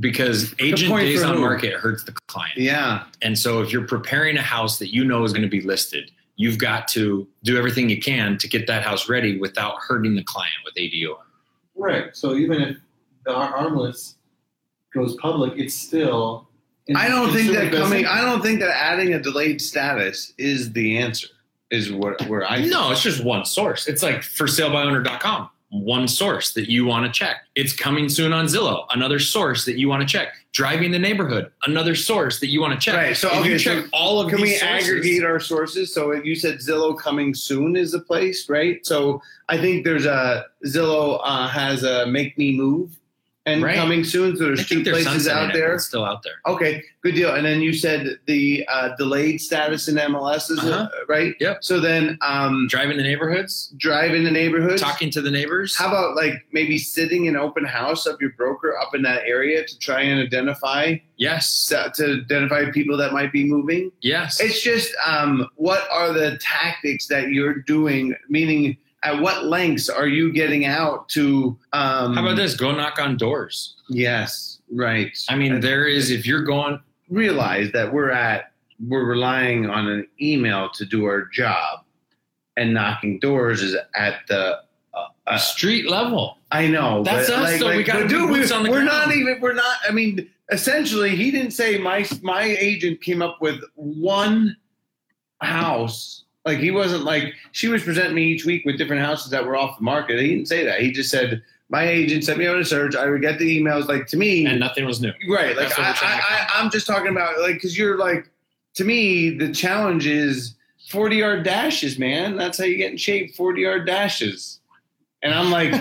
[SPEAKER 2] Because agent
[SPEAKER 3] point
[SPEAKER 2] days
[SPEAKER 3] for
[SPEAKER 2] on
[SPEAKER 3] who?
[SPEAKER 2] market hurts the client.
[SPEAKER 3] Yeah.
[SPEAKER 2] And so if you're preparing a house that you know is going to be listed, you've got to do everything you can to get that house ready without hurting the client with ADO.
[SPEAKER 4] Right. So even if the ar- armless goes public, it's still.
[SPEAKER 3] I don't think
[SPEAKER 4] consumer
[SPEAKER 3] that coming
[SPEAKER 4] business.
[SPEAKER 3] I don't think that adding a delayed status is the answer. Is what where I
[SPEAKER 2] no, it's just one source. It's like for salebyowner.com, one source that you want to check. It's coming soon on Zillow, another source that you want to check. Driving the neighborhood, another source that you want to check.
[SPEAKER 3] Right, so,
[SPEAKER 2] If you
[SPEAKER 3] okay,
[SPEAKER 2] check all of
[SPEAKER 3] Can we
[SPEAKER 2] these sources-
[SPEAKER 3] aggregate our sources? So you said Zillow coming soon is the place, right? So I think there's a Zillow uh, has a make me move, and
[SPEAKER 2] Right.
[SPEAKER 3] coming soon. So
[SPEAKER 2] I
[SPEAKER 3] there's two
[SPEAKER 2] think there's
[SPEAKER 3] places
[SPEAKER 2] sunset
[SPEAKER 3] out
[SPEAKER 2] in it, but
[SPEAKER 3] there.
[SPEAKER 2] It's still out there.
[SPEAKER 3] Okay, good deal. And then you said the uh, delayed status in MLS is
[SPEAKER 2] Uh-huh.
[SPEAKER 3] right.
[SPEAKER 2] Yep.
[SPEAKER 3] So then um,
[SPEAKER 2] Driving the neighborhoods,
[SPEAKER 3] drive in the neighborhood.
[SPEAKER 2] talking to the neighbors.
[SPEAKER 3] How about like maybe sitting in open house of your broker up in that area to try and identify
[SPEAKER 2] yes,
[SPEAKER 3] to identify people that might be moving?
[SPEAKER 2] yes.
[SPEAKER 3] It's just um, what are the tactics that you're doing? Meaning, at what lengths are you getting out to? Um,
[SPEAKER 2] How about this? Go knock on doors.
[SPEAKER 3] Yes, right.
[SPEAKER 2] I mean, there is if you're going.
[SPEAKER 3] realize that we're at we're relying on an email to do our job, and knocking doors is at the. Uh, uh,
[SPEAKER 2] street level.
[SPEAKER 3] I know
[SPEAKER 2] That's
[SPEAKER 3] but
[SPEAKER 2] us,
[SPEAKER 3] Like,
[SPEAKER 2] so we
[SPEAKER 3] like,
[SPEAKER 2] gotta
[SPEAKER 3] but
[SPEAKER 2] be
[SPEAKER 3] dude, we,
[SPEAKER 2] boots on the
[SPEAKER 3] we're
[SPEAKER 2] ground.
[SPEAKER 3] not even. We're not. I mean, essentially, he didn't say my my agent came up with one house. Like he wasn't like she was presenting me each week with different houses that were off the market. He didn't say that. He just said my agent sent me out a search. I would get the emails. Like to me,
[SPEAKER 2] And nothing was new.
[SPEAKER 3] Right. Like
[SPEAKER 2] That's what
[SPEAKER 3] I,
[SPEAKER 2] we're trying to
[SPEAKER 3] I, I, I'm just talking about like because you're like to me the challenge is 40 yard dashes, man. That's how you get in shape. 40 yard dashes. And I'm like,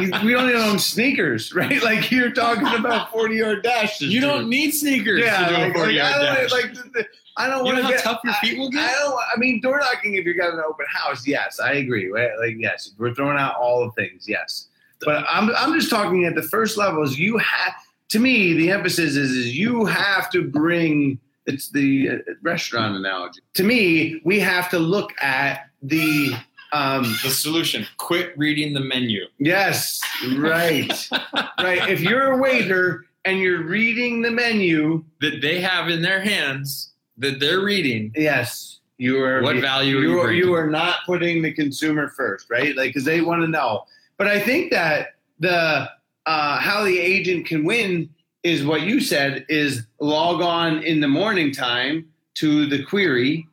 [SPEAKER 3] you- we don't even own sneakers, right? Like you're talking about 40 yard dashes.
[SPEAKER 2] you
[SPEAKER 3] dude.
[SPEAKER 2] don't need sneakers
[SPEAKER 3] Yeah.
[SPEAKER 2] to do
[SPEAKER 3] Like,
[SPEAKER 2] a 40
[SPEAKER 3] like,
[SPEAKER 2] yard
[SPEAKER 3] I
[SPEAKER 2] dash.
[SPEAKER 3] don't, like, th- th- I don't
[SPEAKER 2] you
[SPEAKER 3] want
[SPEAKER 2] know
[SPEAKER 3] to
[SPEAKER 2] how
[SPEAKER 3] get.
[SPEAKER 2] tough your feet will
[SPEAKER 3] I
[SPEAKER 2] get?
[SPEAKER 3] don't. I mean, door knocking. If you got an open house, yes, I agree. Right? Like, yes, we're throwing out all the things. Yes, but I'm I'm just talking at the first levels. You have to me. The emphasis is is you have to bring. It's the uh, restaurant analogy. To me, we have to look at the. Um,
[SPEAKER 2] The solution quit reading the menu.
[SPEAKER 3] yes, right, right. If you're a waiter and you're reading the menu,
[SPEAKER 2] That they have in their hands, that they're reading,
[SPEAKER 3] yes, you are.
[SPEAKER 2] what value are you
[SPEAKER 3] you are,
[SPEAKER 2] bringing?
[SPEAKER 3] you are not putting the consumer first, right? Like, because they want to know. But I think that the uh, how the agent can win is what you said is log on in the morning time to the query,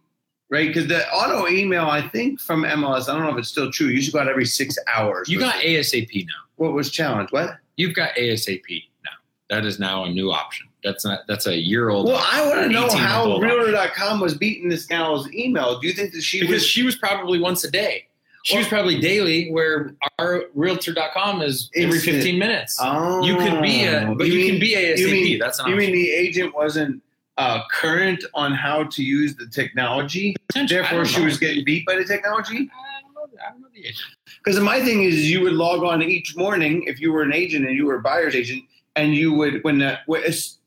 [SPEAKER 3] right? Because the auto email, I think from MLS, I don't know if it's still true. You should go out every six hours.
[SPEAKER 2] You got ASAP now.
[SPEAKER 3] what was challenged? What?
[SPEAKER 2] You've got ASAP now. That is now a new option. That's not. That's a year old.
[SPEAKER 3] Well, I want to know
[SPEAKER 2] 18
[SPEAKER 3] how
[SPEAKER 2] month-old option.
[SPEAKER 3] Realtor.com was beating this gal's email. Do you think that she
[SPEAKER 2] because
[SPEAKER 3] was?
[SPEAKER 2] she was probably once a day. She was probably daily, where our realtor.com is every
[SPEAKER 3] Instant.
[SPEAKER 2] 15 minutes.
[SPEAKER 3] Oh.
[SPEAKER 2] you could be a, but you,
[SPEAKER 3] mean-
[SPEAKER 2] can be ASAP.
[SPEAKER 3] you mean-
[SPEAKER 2] That's an
[SPEAKER 3] You
[SPEAKER 2] option.
[SPEAKER 3] mean the agent wasn't uh, current on how to use the technology?
[SPEAKER 2] Potential. I
[SPEAKER 3] Therefore,
[SPEAKER 2] don't
[SPEAKER 3] she
[SPEAKER 2] know.
[SPEAKER 3] was getting beat by the technology?
[SPEAKER 2] I don't know. I don't know the agent.
[SPEAKER 3] Because my thing is, you would log on each morning if you were an agent and you were a buyer's agent, and you would, when that, when it's-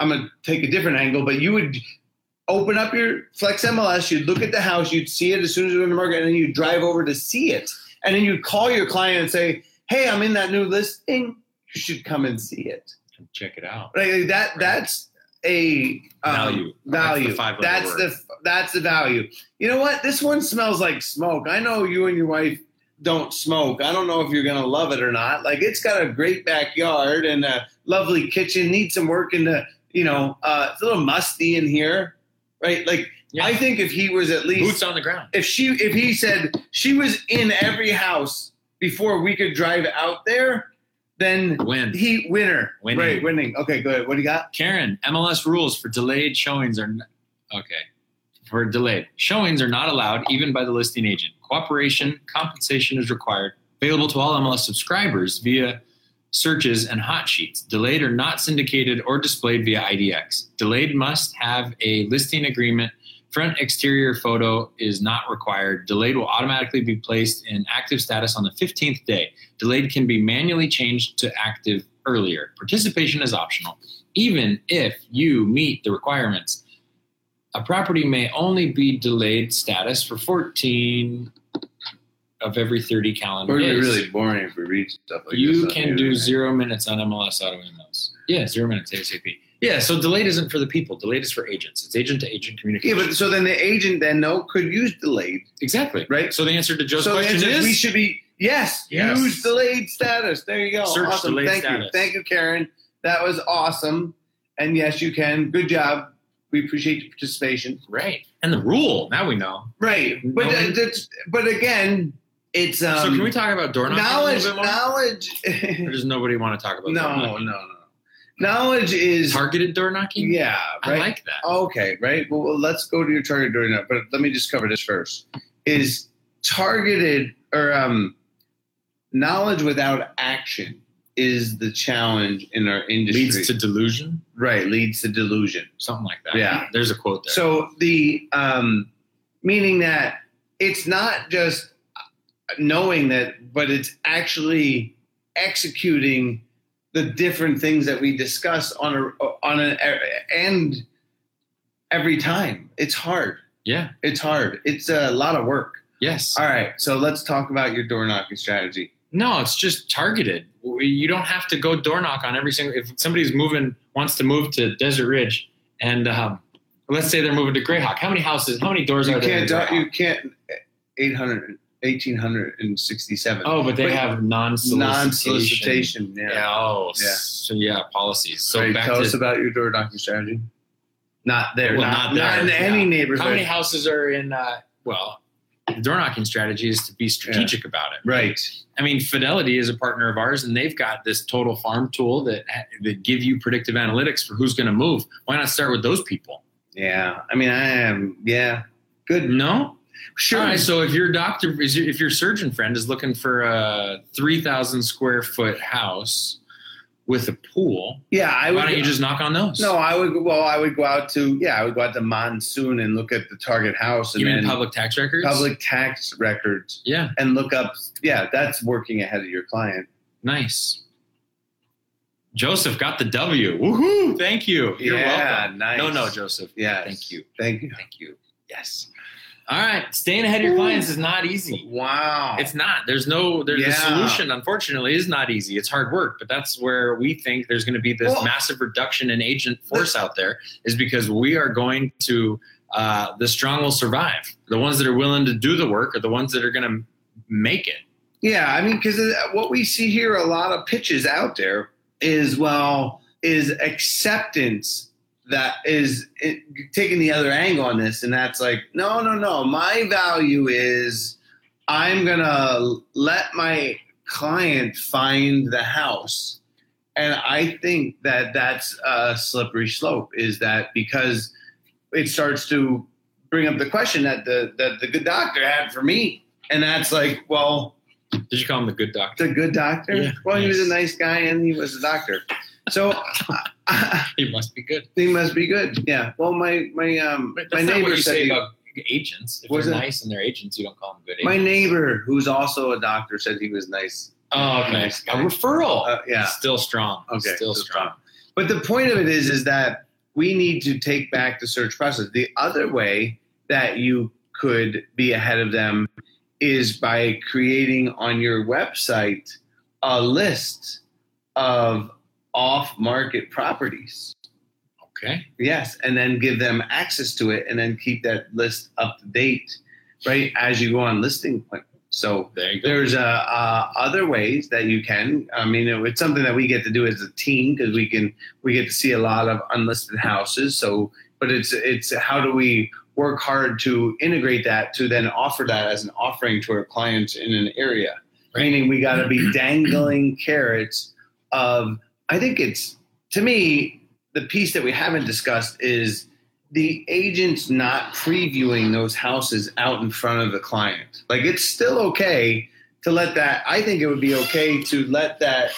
[SPEAKER 3] I'm going to take a different angle, but you would open up your Flex MLS, you'd look at the house, you'd see it as soon as it was in the market, and then you'd drive over to see it. And then you'd call your client and say, hey, I'm in that new listing. You should come and see it.
[SPEAKER 2] Check it out.
[SPEAKER 3] Like that. That's a um,
[SPEAKER 2] Value.
[SPEAKER 3] Value.
[SPEAKER 2] That's the five-letter
[SPEAKER 3] That's
[SPEAKER 2] word.
[SPEAKER 3] the that's the value. You know what? This one smells like smoke. I know you and your wife don't smoke. I don't know if you're gonna love it or not. Like it's got a great backyard and a lovely kitchen. Needs some work in the you know uh, it's a little musty in here, right? Like
[SPEAKER 2] Yeah.
[SPEAKER 3] I think if he was at least
[SPEAKER 2] Boots on the ground.
[SPEAKER 3] if she if he said she was in every house before we could drive out there, then
[SPEAKER 2] Win.
[SPEAKER 3] he winner.
[SPEAKER 2] Winning.
[SPEAKER 3] Right, winning. Okay, good. What do you got?
[SPEAKER 2] Karen, MLS rules for delayed showings are n- okay. For delayed showings are not allowed, even by the listing agent. Cooperation compensation is required. Available to all MLS subscribers via searches and hot sheets. Delayed are not syndicated or displayed via IDX. Delayed must have a listing agreement. Front exterior photo is not required. Delayed will automatically be placed in active status on the 15th day. Delayed can be manually changed to active earlier. Participation is optional even if you meet the requirements. A property may only be delayed status for 14 of every 30 calendar days.
[SPEAKER 3] boring if we read stuff
[SPEAKER 2] you can do zero minutes on MLS auto emails. Yeah, zero minutes ASAP. Yeah, so delayed isn't for the people. Delayed is for agents. It's agent to agent
[SPEAKER 3] Yeah,
[SPEAKER 2] communication.
[SPEAKER 3] but so then the agent then no could use delayed.
[SPEAKER 2] exactly.
[SPEAKER 3] Right.
[SPEAKER 2] So the answer to Joe's
[SPEAKER 3] so the
[SPEAKER 2] question
[SPEAKER 3] answer
[SPEAKER 2] is
[SPEAKER 3] we should be yes,
[SPEAKER 2] Yes.
[SPEAKER 3] use delayed status. There you go.
[SPEAKER 2] Search
[SPEAKER 3] awesome.
[SPEAKER 2] delayed
[SPEAKER 3] Thank you.
[SPEAKER 2] status.
[SPEAKER 3] Thank you, Karen. That was awesome. And yes, you can. Good job. We appreciate your participation.
[SPEAKER 2] right. And the rule, now we know.
[SPEAKER 3] Right. But
[SPEAKER 2] No, we-
[SPEAKER 3] uh, that's- but again, it's um,
[SPEAKER 2] so can we talk about door knocking
[SPEAKER 3] knowledge
[SPEAKER 2] a little bit more?
[SPEAKER 3] knowledge
[SPEAKER 2] Or does nobody want to talk about door
[SPEAKER 3] No, no,
[SPEAKER 2] knocking?
[SPEAKER 3] no. Knowledge is
[SPEAKER 2] Targeted door knocking?
[SPEAKER 3] yeah,
[SPEAKER 2] I
[SPEAKER 3] right.
[SPEAKER 2] like that.
[SPEAKER 3] okay, right. Well, well, let's go to your target during that. But let me just cover this first. Is targeted or um, knowledge without action is the challenge in our industry.
[SPEAKER 2] leads to delusion,
[SPEAKER 3] right, leads to delusion.
[SPEAKER 2] something like that.
[SPEAKER 3] Yeah.
[SPEAKER 2] there's a quote there.
[SPEAKER 3] So the um, meaning that it's not just knowing that, but it's actually executing the different things that we discuss on a on an e- and every time. It's hard.
[SPEAKER 2] yeah,
[SPEAKER 3] It's hard. It's a lot of work.
[SPEAKER 2] yes.
[SPEAKER 3] All right, so let's talk about your door knocking strategy.
[SPEAKER 2] No, it's just targeted. You don't have to go door knock on every single. If somebody's moving, wants to move to Desert Ridge, and um, let's say they're moving to Greyhawk, how many houses, how many doors
[SPEAKER 3] You
[SPEAKER 2] are there? in
[SPEAKER 3] can't. do-
[SPEAKER 2] Greyhawk?
[SPEAKER 3] You can't. 800, 1867.
[SPEAKER 2] oh, but they
[SPEAKER 3] But
[SPEAKER 2] have non-solicitation.
[SPEAKER 3] non-solicitation.
[SPEAKER 2] Yeah.
[SPEAKER 3] Yeah.
[SPEAKER 2] Oh,
[SPEAKER 3] Yeah.
[SPEAKER 2] So yeah, policies. So
[SPEAKER 3] Right,
[SPEAKER 2] back
[SPEAKER 3] tell
[SPEAKER 2] to
[SPEAKER 3] us about your door knocking strategy. Not there.
[SPEAKER 2] Well, not
[SPEAKER 3] not,
[SPEAKER 2] there,
[SPEAKER 3] not in
[SPEAKER 2] yeah.
[SPEAKER 3] any neighborhood.
[SPEAKER 2] how many houses are in. Uh, well, the door knocking strategy is to be strategic about it.
[SPEAKER 3] right.
[SPEAKER 2] I mean, Fidelity is a partner of ours, and they've got this total farm tool that that give you predictive analytics for who's going to move. Why not start with those people?
[SPEAKER 3] Yeah. I mean, I am. Yeah. Good.
[SPEAKER 2] No,
[SPEAKER 3] Sure.
[SPEAKER 2] Mm. All right, so if your doctor, is your, if your surgeon friend is looking for a three thousand square foot house with a pool,
[SPEAKER 3] yeah. I would.
[SPEAKER 2] why don't you just knock on those?
[SPEAKER 3] no, I would. Well, I would go out to. Yeah, I would go out to Monsoon and look at the target house and
[SPEAKER 2] you mean
[SPEAKER 3] then
[SPEAKER 2] public tax records?
[SPEAKER 3] public tax records
[SPEAKER 2] yeah,
[SPEAKER 3] and look up. Yeah, that's working ahead of your client.
[SPEAKER 2] nice. Joseph got the W. Woohoo! Thank you. You're
[SPEAKER 3] yeah.
[SPEAKER 2] welcome.
[SPEAKER 3] Nice.
[SPEAKER 2] No, no, Joseph.
[SPEAKER 3] Yes.
[SPEAKER 2] Thank you.
[SPEAKER 3] Thank you.
[SPEAKER 2] Thank you. Yes. All right, staying ahead of your clients is not easy.
[SPEAKER 3] Wow.
[SPEAKER 2] It's not. There's no. There's
[SPEAKER 3] Yeah.
[SPEAKER 2] the solution. Unfortunately, is not easy. It's hard work, but that's where we think there's going to be this
[SPEAKER 3] Well-
[SPEAKER 2] massive reduction in agent force out there, is because we are going to uh, the strong will survive. The ones that are willing to do the work are the ones that are going to make it.
[SPEAKER 3] Yeah, I mean, because what we see here, a lot of pitches out there is well, is acceptance that is it, taking the other angle on this, and that's like, no, no, no. My value is I'm gonna let my client find the house, and I think that that's a slippery slope. Is that because it starts to bring up the question that the that the good doctor had for me, and that's like, well
[SPEAKER 2] Did you call him the good doctor?
[SPEAKER 3] the good doctor.
[SPEAKER 2] Yeah.
[SPEAKER 3] well, he was a
[SPEAKER 2] Yes.
[SPEAKER 3] nice guy and he was a doctor, so
[SPEAKER 2] He must be good.
[SPEAKER 3] he must be good. Yeah. Well, my my um
[SPEAKER 2] But
[SPEAKER 3] my
[SPEAKER 2] that's not what
[SPEAKER 3] neighbor
[SPEAKER 2] you
[SPEAKER 3] said
[SPEAKER 2] say
[SPEAKER 3] he-
[SPEAKER 2] about agents. If
[SPEAKER 3] Was
[SPEAKER 2] they're
[SPEAKER 3] it-
[SPEAKER 2] nice and they're agents, you don't call them good agents.
[SPEAKER 3] my neighbor who's also a doctor said he was nice.
[SPEAKER 2] oh, okay.
[SPEAKER 3] Nice guy.
[SPEAKER 2] A referral.
[SPEAKER 3] Uh, yeah.
[SPEAKER 2] Still strong.
[SPEAKER 3] Okay.
[SPEAKER 2] Still
[SPEAKER 3] so
[SPEAKER 2] strong.
[SPEAKER 3] But the point of it is, is that we need to take back the search process. The other way that you could be ahead of them is by creating on your website a list of off-market properties.
[SPEAKER 2] Okay.
[SPEAKER 3] Yes, and then give them access to it, and then keep that list up to date, right? As you go on listing appointment. So
[SPEAKER 2] There you go.
[SPEAKER 3] there's uh, uh, other ways that you can. I mean, it- it's something that we get to do as a team because we can we get to see a lot of unlisted houses. So, but it's it's how do we work hard to integrate that to then offer that as an offering to our clients in an area.
[SPEAKER 2] Right.
[SPEAKER 3] Meaning we got to be dangling carrots of. I think it's to me the piece that we haven't discussed is the agent's not previewing those houses out in front of the client. Like it's still okay to let that. I think it would be okay to let that.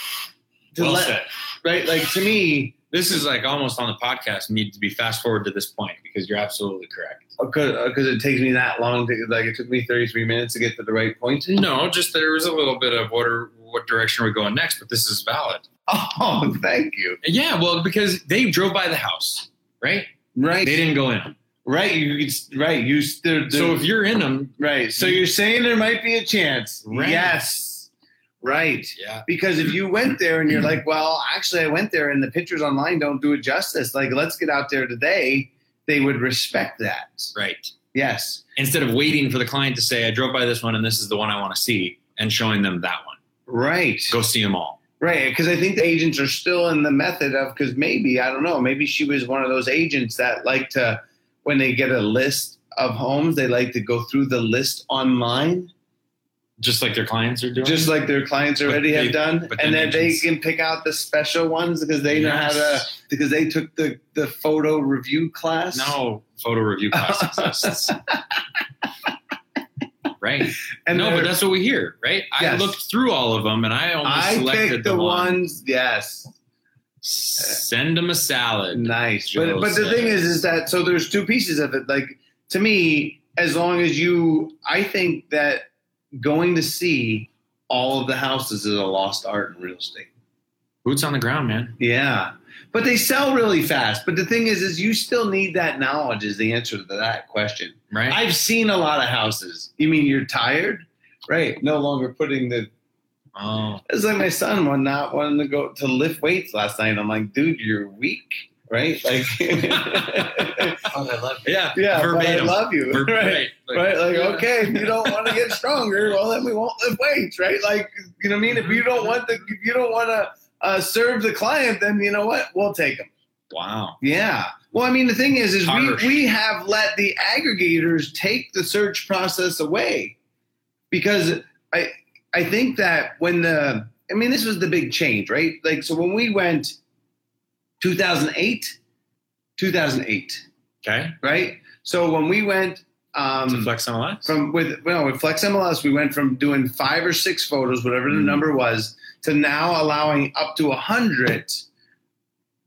[SPEAKER 3] To
[SPEAKER 2] Well
[SPEAKER 3] let,
[SPEAKER 2] said.
[SPEAKER 3] Right, like to me,
[SPEAKER 2] this is like almost on the podcast need to be fast forward to this point because you're absolutely correct
[SPEAKER 3] because it takes me that long to like it took me thirty three minutes to get to the right point.
[SPEAKER 2] no just there was a little bit of what are, what direction we're going next but this is valid
[SPEAKER 3] Oh, thank you.
[SPEAKER 2] yeah well because they drove by the house right
[SPEAKER 3] Right,
[SPEAKER 2] they didn't go in
[SPEAKER 3] right, you could- right, you there, there-
[SPEAKER 2] so if you're in them
[SPEAKER 3] right, so you're saying there might be a chance.
[SPEAKER 2] Right.
[SPEAKER 3] Yes, right.
[SPEAKER 2] yeah
[SPEAKER 3] Because if you went there and you're like, well, actually, I went there and the pictures online don't do it justice. Like, let's get out there today. They would respect that.
[SPEAKER 2] right
[SPEAKER 3] Yes.
[SPEAKER 2] instead of waiting for the client to say i drove by this one and this is the one i want to see and showing them that one
[SPEAKER 3] Right.
[SPEAKER 2] go see them all
[SPEAKER 3] Right. Because I think the agents are still in the method of, because maybe, I don't know, maybe she was one of those agents that like to, when they get a list of homes, they like to go through the list online,
[SPEAKER 2] just like their clients are doing
[SPEAKER 3] just like their clients
[SPEAKER 2] But
[SPEAKER 3] already
[SPEAKER 2] they-
[SPEAKER 3] have done.
[SPEAKER 2] but
[SPEAKER 3] And
[SPEAKER 2] then
[SPEAKER 3] then they
[SPEAKER 2] agents-
[SPEAKER 3] can pick out the special ones because they know how to,
[SPEAKER 2] Yes.
[SPEAKER 3] because they took the, the photo review class.
[SPEAKER 2] no photo review class exists right?
[SPEAKER 3] And
[SPEAKER 2] no,
[SPEAKER 3] there-
[SPEAKER 2] but that's what we hear, right? I
[SPEAKER 3] Yes.
[SPEAKER 2] looked through all of them and I only
[SPEAKER 3] I
[SPEAKER 2] selected
[SPEAKER 3] picked the,
[SPEAKER 2] the one.
[SPEAKER 3] ones. Yes,
[SPEAKER 2] Send them a salad.
[SPEAKER 3] nice.
[SPEAKER 2] Joe
[SPEAKER 3] But but the
[SPEAKER 2] said.
[SPEAKER 3] thing is, is that so there's two pieces of it. Like to me, as long as you, I think that going to see all of the houses is a lost art in real estate.
[SPEAKER 2] Boots on the ground, man.
[SPEAKER 3] Yeah. But they sell really fast. But the thing is, is you still need that knowledge is the answer to that question.
[SPEAKER 2] Right?
[SPEAKER 3] I've seen a lot of houses. You mean you're tired? Right. No longer putting the
[SPEAKER 2] oh,
[SPEAKER 3] it's like my son one not wanting to go to lift weights last night. I'm like, dude, you're weak. Right? Like
[SPEAKER 4] Oh, I love
[SPEAKER 2] yeah,
[SPEAKER 3] Yeah, but I
[SPEAKER 2] verbatim.
[SPEAKER 3] love you.
[SPEAKER 2] Ver-
[SPEAKER 3] right.
[SPEAKER 2] right, like-
[SPEAKER 3] right? Like,
[SPEAKER 2] Yeah.
[SPEAKER 3] okay, if you don't want to get stronger, well, then we won't lift weights, right? Like, you know what I mean? If you
[SPEAKER 2] Mm-hmm.
[SPEAKER 3] don't want the, if you don't want to uh, serve the client, then you know what? We'll take them.
[SPEAKER 2] Wow.
[SPEAKER 3] Yeah. Well, I mean, the thing is, is we,
[SPEAKER 2] Harsh.
[SPEAKER 3] we have let the aggregators take the search process away because I I think that when the I mean, this was the big change, right? Like, so when we went 2008, 2008,
[SPEAKER 2] Okay.
[SPEAKER 3] right? So when we went
[SPEAKER 2] to
[SPEAKER 3] um,
[SPEAKER 2] flex on MLS.
[SPEAKER 3] from with well with Flex MLS, we went from doing five or six photos, whatever the
[SPEAKER 2] Mhm.
[SPEAKER 3] number was, to now allowing up to a hundred.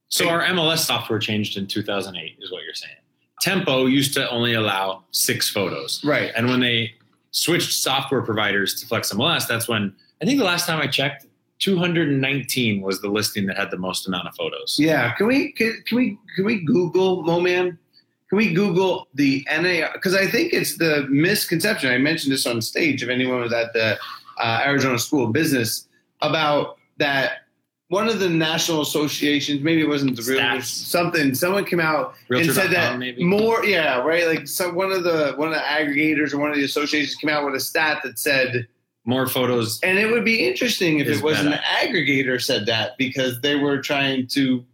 [SPEAKER 2] so our MLS software changed in 2008, is what you're saying. Tempo used to only allow six photos.
[SPEAKER 3] Right.
[SPEAKER 2] And when they switched software providers to Flex MLS, that's when I think the last time I checked, 219 was the listing that had the most amount of photos.
[SPEAKER 3] Yeah, can we can, can we can we Google Moman? Can we Google the NAR? Because I think it's the misconception. I mentioned this on stage. If anyone was at the uh, Arizona School of Business, about that one of the national associations, maybe it wasn't the real
[SPEAKER 2] Stats.
[SPEAKER 3] something. Someone came out and
[SPEAKER 2] Realtor.com,
[SPEAKER 3] said that
[SPEAKER 2] maybe.
[SPEAKER 3] more. Yeah, right. Like so one of the one of the aggregators or one of the associations came out with a stat that said
[SPEAKER 2] More photos.
[SPEAKER 3] and it would be interesting if
[SPEAKER 2] Is
[SPEAKER 3] it was an
[SPEAKER 2] meta.
[SPEAKER 3] aggregator said that because they were trying to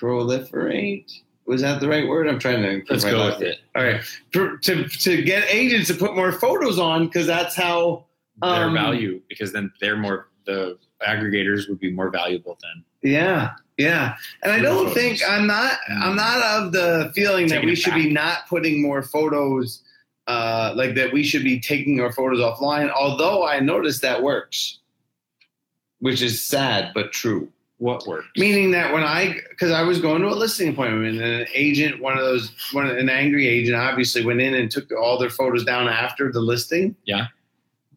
[SPEAKER 3] proliferate. Was that the right word? I'm trying to. improve
[SPEAKER 2] Let's
[SPEAKER 3] my
[SPEAKER 2] go
[SPEAKER 3] life.
[SPEAKER 2] with it.
[SPEAKER 3] All right, For- to to get agents to put more photos on because that's how.
[SPEAKER 2] Their
[SPEAKER 3] Um,
[SPEAKER 2] value, because then they're more, the aggregators would be more valuable than
[SPEAKER 3] Yeah, yeah, and I
[SPEAKER 2] More
[SPEAKER 3] don't
[SPEAKER 2] photos.
[SPEAKER 3] think I'm not I'm not of the feeling that
[SPEAKER 2] Taking
[SPEAKER 3] we
[SPEAKER 2] it
[SPEAKER 3] should
[SPEAKER 2] back.
[SPEAKER 3] be not putting more photos. Uh, like that, we should be taking our photos offline. Although I noticed that works, which is sad but true.
[SPEAKER 2] what works.
[SPEAKER 3] Meaning that when I, because I was going to a listing appointment, and an agent, one of those, one an angry agent, obviously went in and took all their photos down after the listing.
[SPEAKER 2] Yeah.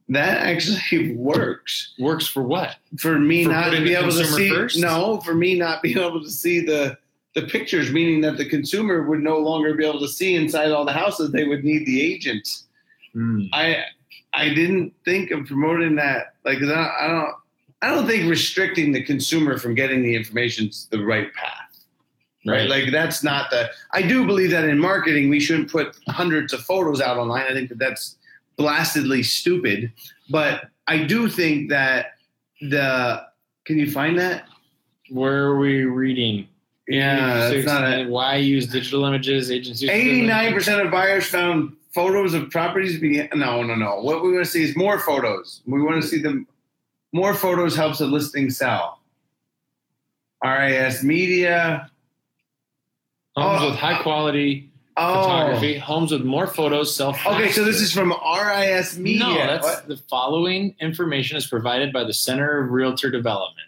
[SPEAKER 3] that actually works
[SPEAKER 2] Works for what?
[SPEAKER 3] for me
[SPEAKER 2] For
[SPEAKER 3] not to
[SPEAKER 2] putting
[SPEAKER 3] be
[SPEAKER 2] the
[SPEAKER 3] able to
[SPEAKER 2] consumer
[SPEAKER 3] see.
[SPEAKER 2] first?
[SPEAKER 3] No, for me not being able to see the the pictures, meaning that the consumer would no longer be able to see inside all the houses. They would need the agent.
[SPEAKER 2] Hmm.
[SPEAKER 3] I I didn't think of promoting that. Like 'cause I don't, I don't I don't think restricting the consumer from getting the information's the right path. Right?
[SPEAKER 2] Right.
[SPEAKER 3] Like that's not the. I do believe that in marketing we shouldn't put hundreds of photos out online. I think that that's blastedly stupid. But I do think that the. Can you find that?
[SPEAKER 2] Where are we reading?
[SPEAKER 3] Yeah, it's not it.
[SPEAKER 2] why use digital images? Agencies.
[SPEAKER 3] Eighty-nine percent of buyers found photos of properties. Be- no, no, no. What we want to see is more photos. We want to see them. More photos helps a listing sell. RIS Media.
[SPEAKER 2] homes
[SPEAKER 3] Oh.
[SPEAKER 2] with high quality
[SPEAKER 3] Oh,
[SPEAKER 2] photography. Homes with more photos sell.
[SPEAKER 3] okay. So this
[SPEAKER 2] faster.
[SPEAKER 3] is from RIS Media.
[SPEAKER 2] No, that's
[SPEAKER 3] What?
[SPEAKER 2] the following information is provided by the Center of Realtor Development.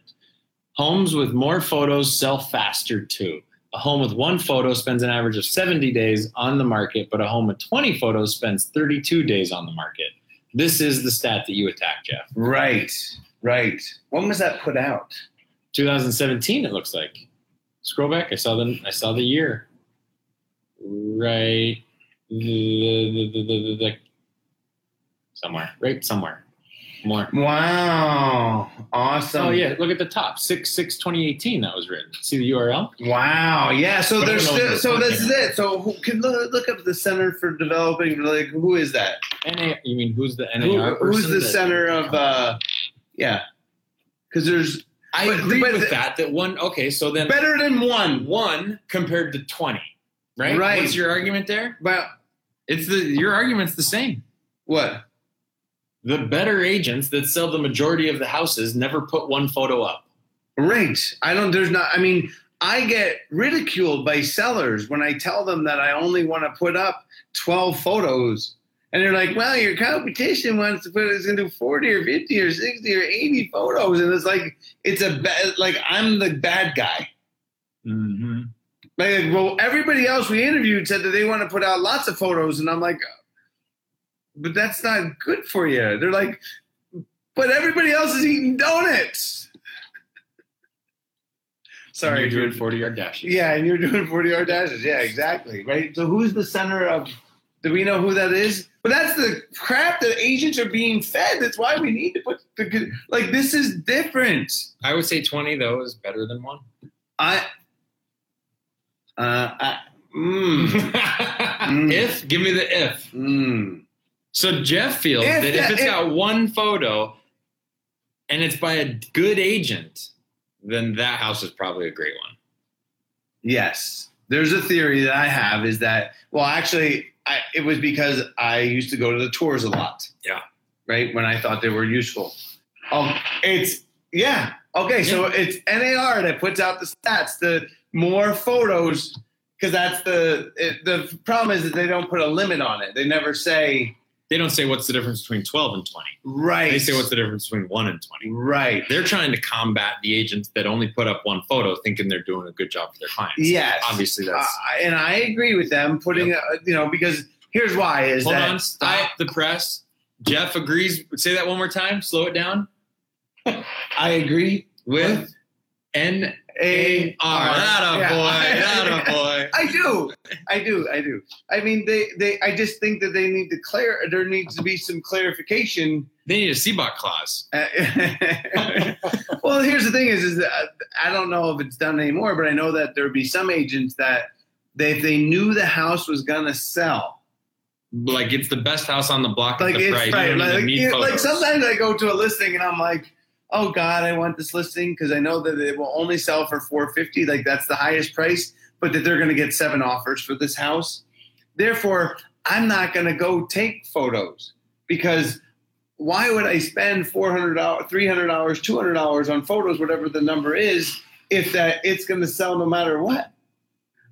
[SPEAKER 2] Homes with more photos sell faster too. A home with one photo spends an average of 70 days on the market, but a home with 20 photos spends 32 days on the market. This is the stat that you attacked, Jeff.
[SPEAKER 3] right, right. When was that put out?
[SPEAKER 2] 2017, it looks like. Scroll back. I saw the I saw the year. Right. the- the- the- the- the- the- somewhere. Right somewhere. More.
[SPEAKER 3] Wow, awesome.
[SPEAKER 2] oh yeah, look at the top six six 2018 that was written. See the URL.
[SPEAKER 3] Wow. Yeah. So
[SPEAKER 2] But I
[SPEAKER 3] there's
[SPEAKER 2] don't know
[SPEAKER 3] still,
[SPEAKER 2] if
[SPEAKER 3] so
[SPEAKER 2] it's
[SPEAKER 3] this is it. So who can look, look up the Center for Developing. Like, who is that?
[SPEAKER 2] NA, you mean who's the NAR
[SPEAKER 3] Who-
[SPEAKER 2] person?
[SPEAKER 3] who's the
[SPEAKER 2] that-
[SPEAKER 3] center of uh yeah because there's
[SPEAKER 2] I
[SPEAKER 3] but-
[SPEAKER 2] agree
[SPEAKER 3] but
[SPEAKER 2] with
[SPEAKER 3] the-
[SPEAKER 2] that. That one. Okay, so then
[SPEAKER 3] better than one
[SPEAKER 2] one compared to 20. Right.
[SPEAKER 3] Right.
[SPEAKER 2] What's your argument there?
[SPEAKER 3] but
[SPEAKER 2] It's the your argument's the same.
[SPEAKER 3] what
[SPEAKER 2] The better agents that sell the majority of the houses never put one photo up.
[SPEAKER 3] right i don't there's not i mean i get ridiculed by sellers when i tell them that i only want to put up 12 photos And they're like, well, your competition wants to put us into 40 or 50 or 60 or 80 photos. And it's like, it's a bad, like, I'm the bad guy.
[SPEAKER 2] Mm-hmm.
[SPEAKER 3] Like, well, everybody else we interviewed said that they want to put out lots of photos. And I'm like, "Oh, but that's not good for you. They're like, but everybody else is eating donuts. Sorry,
[SPEAKER 2] You're doing
[SPEAKER 3] dude.
[SPEAKER 2] 40 yard dashes.
[SPEAKER 3] Yeah, and you're doing 40 yard dashes. Yeah, exactly. Right. So who's the center of do we know who that is? But that's the crap that agents are being fed. That's why we need to put the like this is different.
[SPEAKER 2] I would say 20, though, is better than one.
[SPEAKER 3] I uh I mm,
[SPEAKER 2] If, give me the if.
[SPEAKER 3] mm.
[SPEAKER 2] So Jeff feels
[SPEAKER 3] If
[SPEAKER 2] that
[SPEAKER 3] that-
[SPEAKER 2] if it's
[SPEAKER 3] if-
[SPEAKER 2] got one photo and it's by a good agent, then that house is probably a great one.
[SPEAKER 3] Yes. There's a theory that I have is that well actually I, it was because I used to go to the tours a lot.
[SPEAKER 2] Yeah.
[SPEAKER 3] Right when I thought they were useful. Um it's yeah. Okay, so it's NAR that puts out the stats, the more photos because that's the it, the problem is that they don't put a limit on it. They never say
[SPEAKER 2] They don't say what's the difference between 12 and 20.
[SPEAKER 3] right.
[SPEAKER 2] They say what's the difference between 1 and 20.
[SPEAKER 3] right.
[SPEAKER 2] They're trying to combat the agents that only put up one photo thinking they're doing a good job for their clients.
[SPEAKER 3] Yes.
[SPEAKER 2] Obviously,
[SPEAKER 3] Uh,
[SPEAKER 2] that's.
[SPEAKER 3] and I agree with them putting a, you know because here's why is
[SPEAKER 2] Hold
[SPEAKER 3] that
[SPEAKER 2] on, stop the press. Jeff agrees. Say that one more time. Slow it down.
[SPEAKER 3] I agree
[SPEAKER 2] With N A R. That a boy.
[SPEAKER 3] Yeah.
[SPEAKER 2] That a boy.
[SPEAKER 3] I do. I do. I do. I mean, they, they, I just think that they need to clear, there needs to be some clarification.
[SPEAKER 2] They need a CBOT clause.
[SPEAKER 3] Uh, well, here's the thing is, is that uh, I don't know if it's done anymore, but I know that there'd be some agents that they, if they knew the house was going to sell,
[SPEAKER 2] Like it's the best house on the block
[SPEAKER 3] like
[SPEAKER 2] at the
[SPEAKER 3] it's
[SPEAKER 2] price.
[SPEAKER 3] right.
[SPEAKER 2] You don't even
[SPEAKER 3] Like,
[SPEAKER 2] need
[SPEAKER 3] you- like
[SPEAKER 2] photos.
[SPEAKER 3] sometimes I go to a listing and I'm like, oh God, I want this listing because I know that it will only sell for 450. Like that's the highest price, but that they're going to get seven offers for this house. Therefore, I'm not going to go take photos because why would I spend 400 dollars, 300 dollars, 200 dollars on photos, whatever the number is, if that it's going to sell no matter what.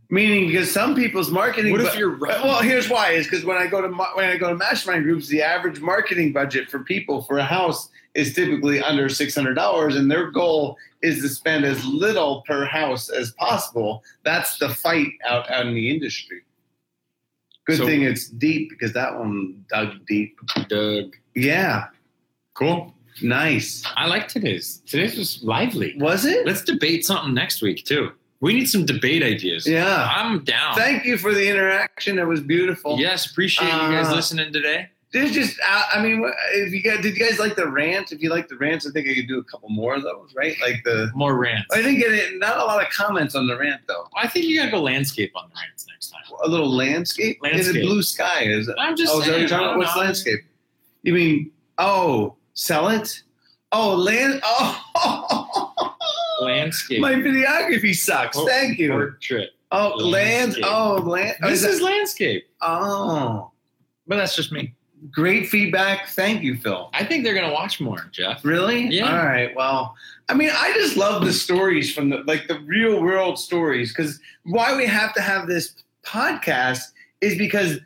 [SPEAKER 3] Meaning, because some people's marketing.
[SPEAKER 2] What if
[SPEAKER 3] bu-
[SPEAKER 2] you're right?
[SPEAKER 3] Well, here's why: is because when I go to ma- when I go to mastermind groups, the average marketing budget for people for a house is typically under six hundred dollars, and their goal is to spend as little per house as possible. That's the fight out, out in the industry. Good
[SPEAKER 2] So-
[SPEAKER 3] thing it's deep because that one dug deep.
[SPEAKER 2] Doug.
[SPEAKER 3] Yeah,
[SPEAKER 2] Cool.
[SPEAKER 3] nice.
[SPEAKER 2] I like today's. Today's was lively.
[SPEAKER 3] Was it?
[SPEAKER 2] Let's debate something next week too. We need some debate ideas.
[SPEAKER 3] Yeah.
[SPEAKER 2] I'm down.
[SPEAKER 3] Thank you for the interaction. That was beautiful.
[SPEAKER 2] yes, appreciate you guys
[SPEAKER 3] Uh,
[SPEAKER 2] listening today.
[SPEAKER 3] There's just, I, I mean, what- if you guys, did you guys like the rant? If you like the rants, I think I could do a couple more of those, right? Like the,
[SPEAKER 2] More rants.
[SPEAKER 3] I didn't get it. Not a lot of comments on the rant though.
[SPEAKER 2] I think you gotta go landscape on the rants next time.
[SPEAKER 3] A little landscape. Is it
[SPEAKER 2] Landscape.
[SPEAKER 3] blue sky? Is it?
[SPEAKER 2] I'm just
[SPEAKER 3] oh, is that what
[SPEAKER 2] saying.
[SPEAKER 3] you're
[SPEAKER 2] I
[SPEAKER 3] talking about?
[SPEAKER 2] don't
[SPEAKER 3] what's
[SPEAKER 2] know.
[SPEAKER 3] landscape? You mean oh, sell it? Oh, land. Oh,
[SPEAKER 2] Landscape.
[SPEAKER 3] my videography sucks.
[SPEAKER 2] Por-
[SPEAKER 3] Thank you.
[SPEAKER 2] Portrait.
[SPEAKER 3] Oh, land.
[SPEAKER 2] Oh, Landscape.
[SPEAKER 3] Oh, land. oh,
[SPEAKER 2] This
[SPEAKER 3] that-
[SPEAKER 2] is landscape.
[SPEAKER 3] oh,
[SPEAKER 2] But that's just me.
[SPEAKER 3] great feedback. Thank you, Phil.
[SPEAKER 2] I think they're gonna watch more, Jeff.
[SPEAKER 3] Really?
[SPEAKER 2] Yeah.
[SPEAKER 3] All right. Well, I mean, I just love the stories from the like the real world stories because why we have to have this podcast is because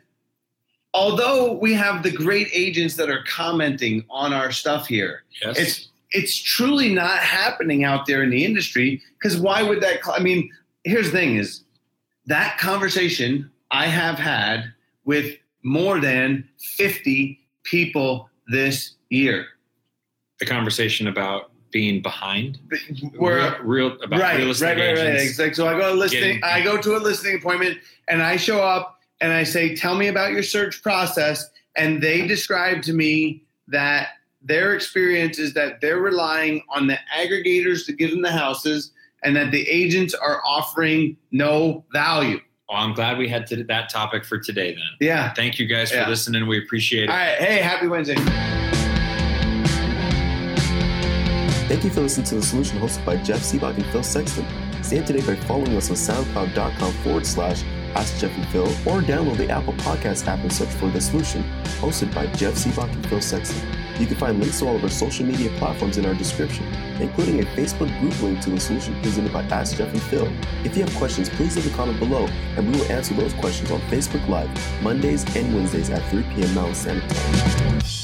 [SPEAKER 3] although we have the great agents that are commenting on our stuff here,
[SPEAKER 2] Yes.
[SPEAKER 3] it's it's truly not happening out there in the industry because why would that cl- i mean here's the thing is that conversation i have had with more than 50 people this year
[SPEAKER 2] the conversation about being behind.
[SPEAKER 3] where
[SPEAKER 2] real, real about
[SPEAKER 3] right,
[SPEAKER 2] real estate
[SPEAKER 3] right, right, right,
[SPEAKER 2] agents.
[SPEAKER 3] Exactly. So I go to listening.
[SPEAKER 2] Getting-
[SPEAKER 3] I go to a listening appointment, and I show up, and I say, "Tell me about your search process." And they describe to me that their experience is that they're relying on the aggregators to give them the houses, and that the agents are offering no value.
[SPEAKER 2] Well, I'm glad we had to, that topic for today. Then,
[SPEAKER 3] Yeah.
[SPEAKER 2] thank you guys for
[SPEAKER 3] Yeah.
[SPEAKER 2] listening. We appreciate it.
[SPEAKER 3] All right. Hey, happy Wednesday.
[SPEAKER 1] Thank you for listening to The Solution hosted by Jeff Seabach and Phil Sexton. Stay up to date by following us on soundcloud.com forward slash Ask Jeff and Phil or download the Apple Podcast app and search for The Solution hosted by Jeff Seabach and Phil Sexton. You can find links to all of our social media platforms in our description, including a Facebook group link to a solution presented by Ask Jeff and Phil. If you have questions, please leave a comment below, and we will answer those questions on Facebook Live Mondays and Wednesdays at 3 p.m. Mountain Standard Time.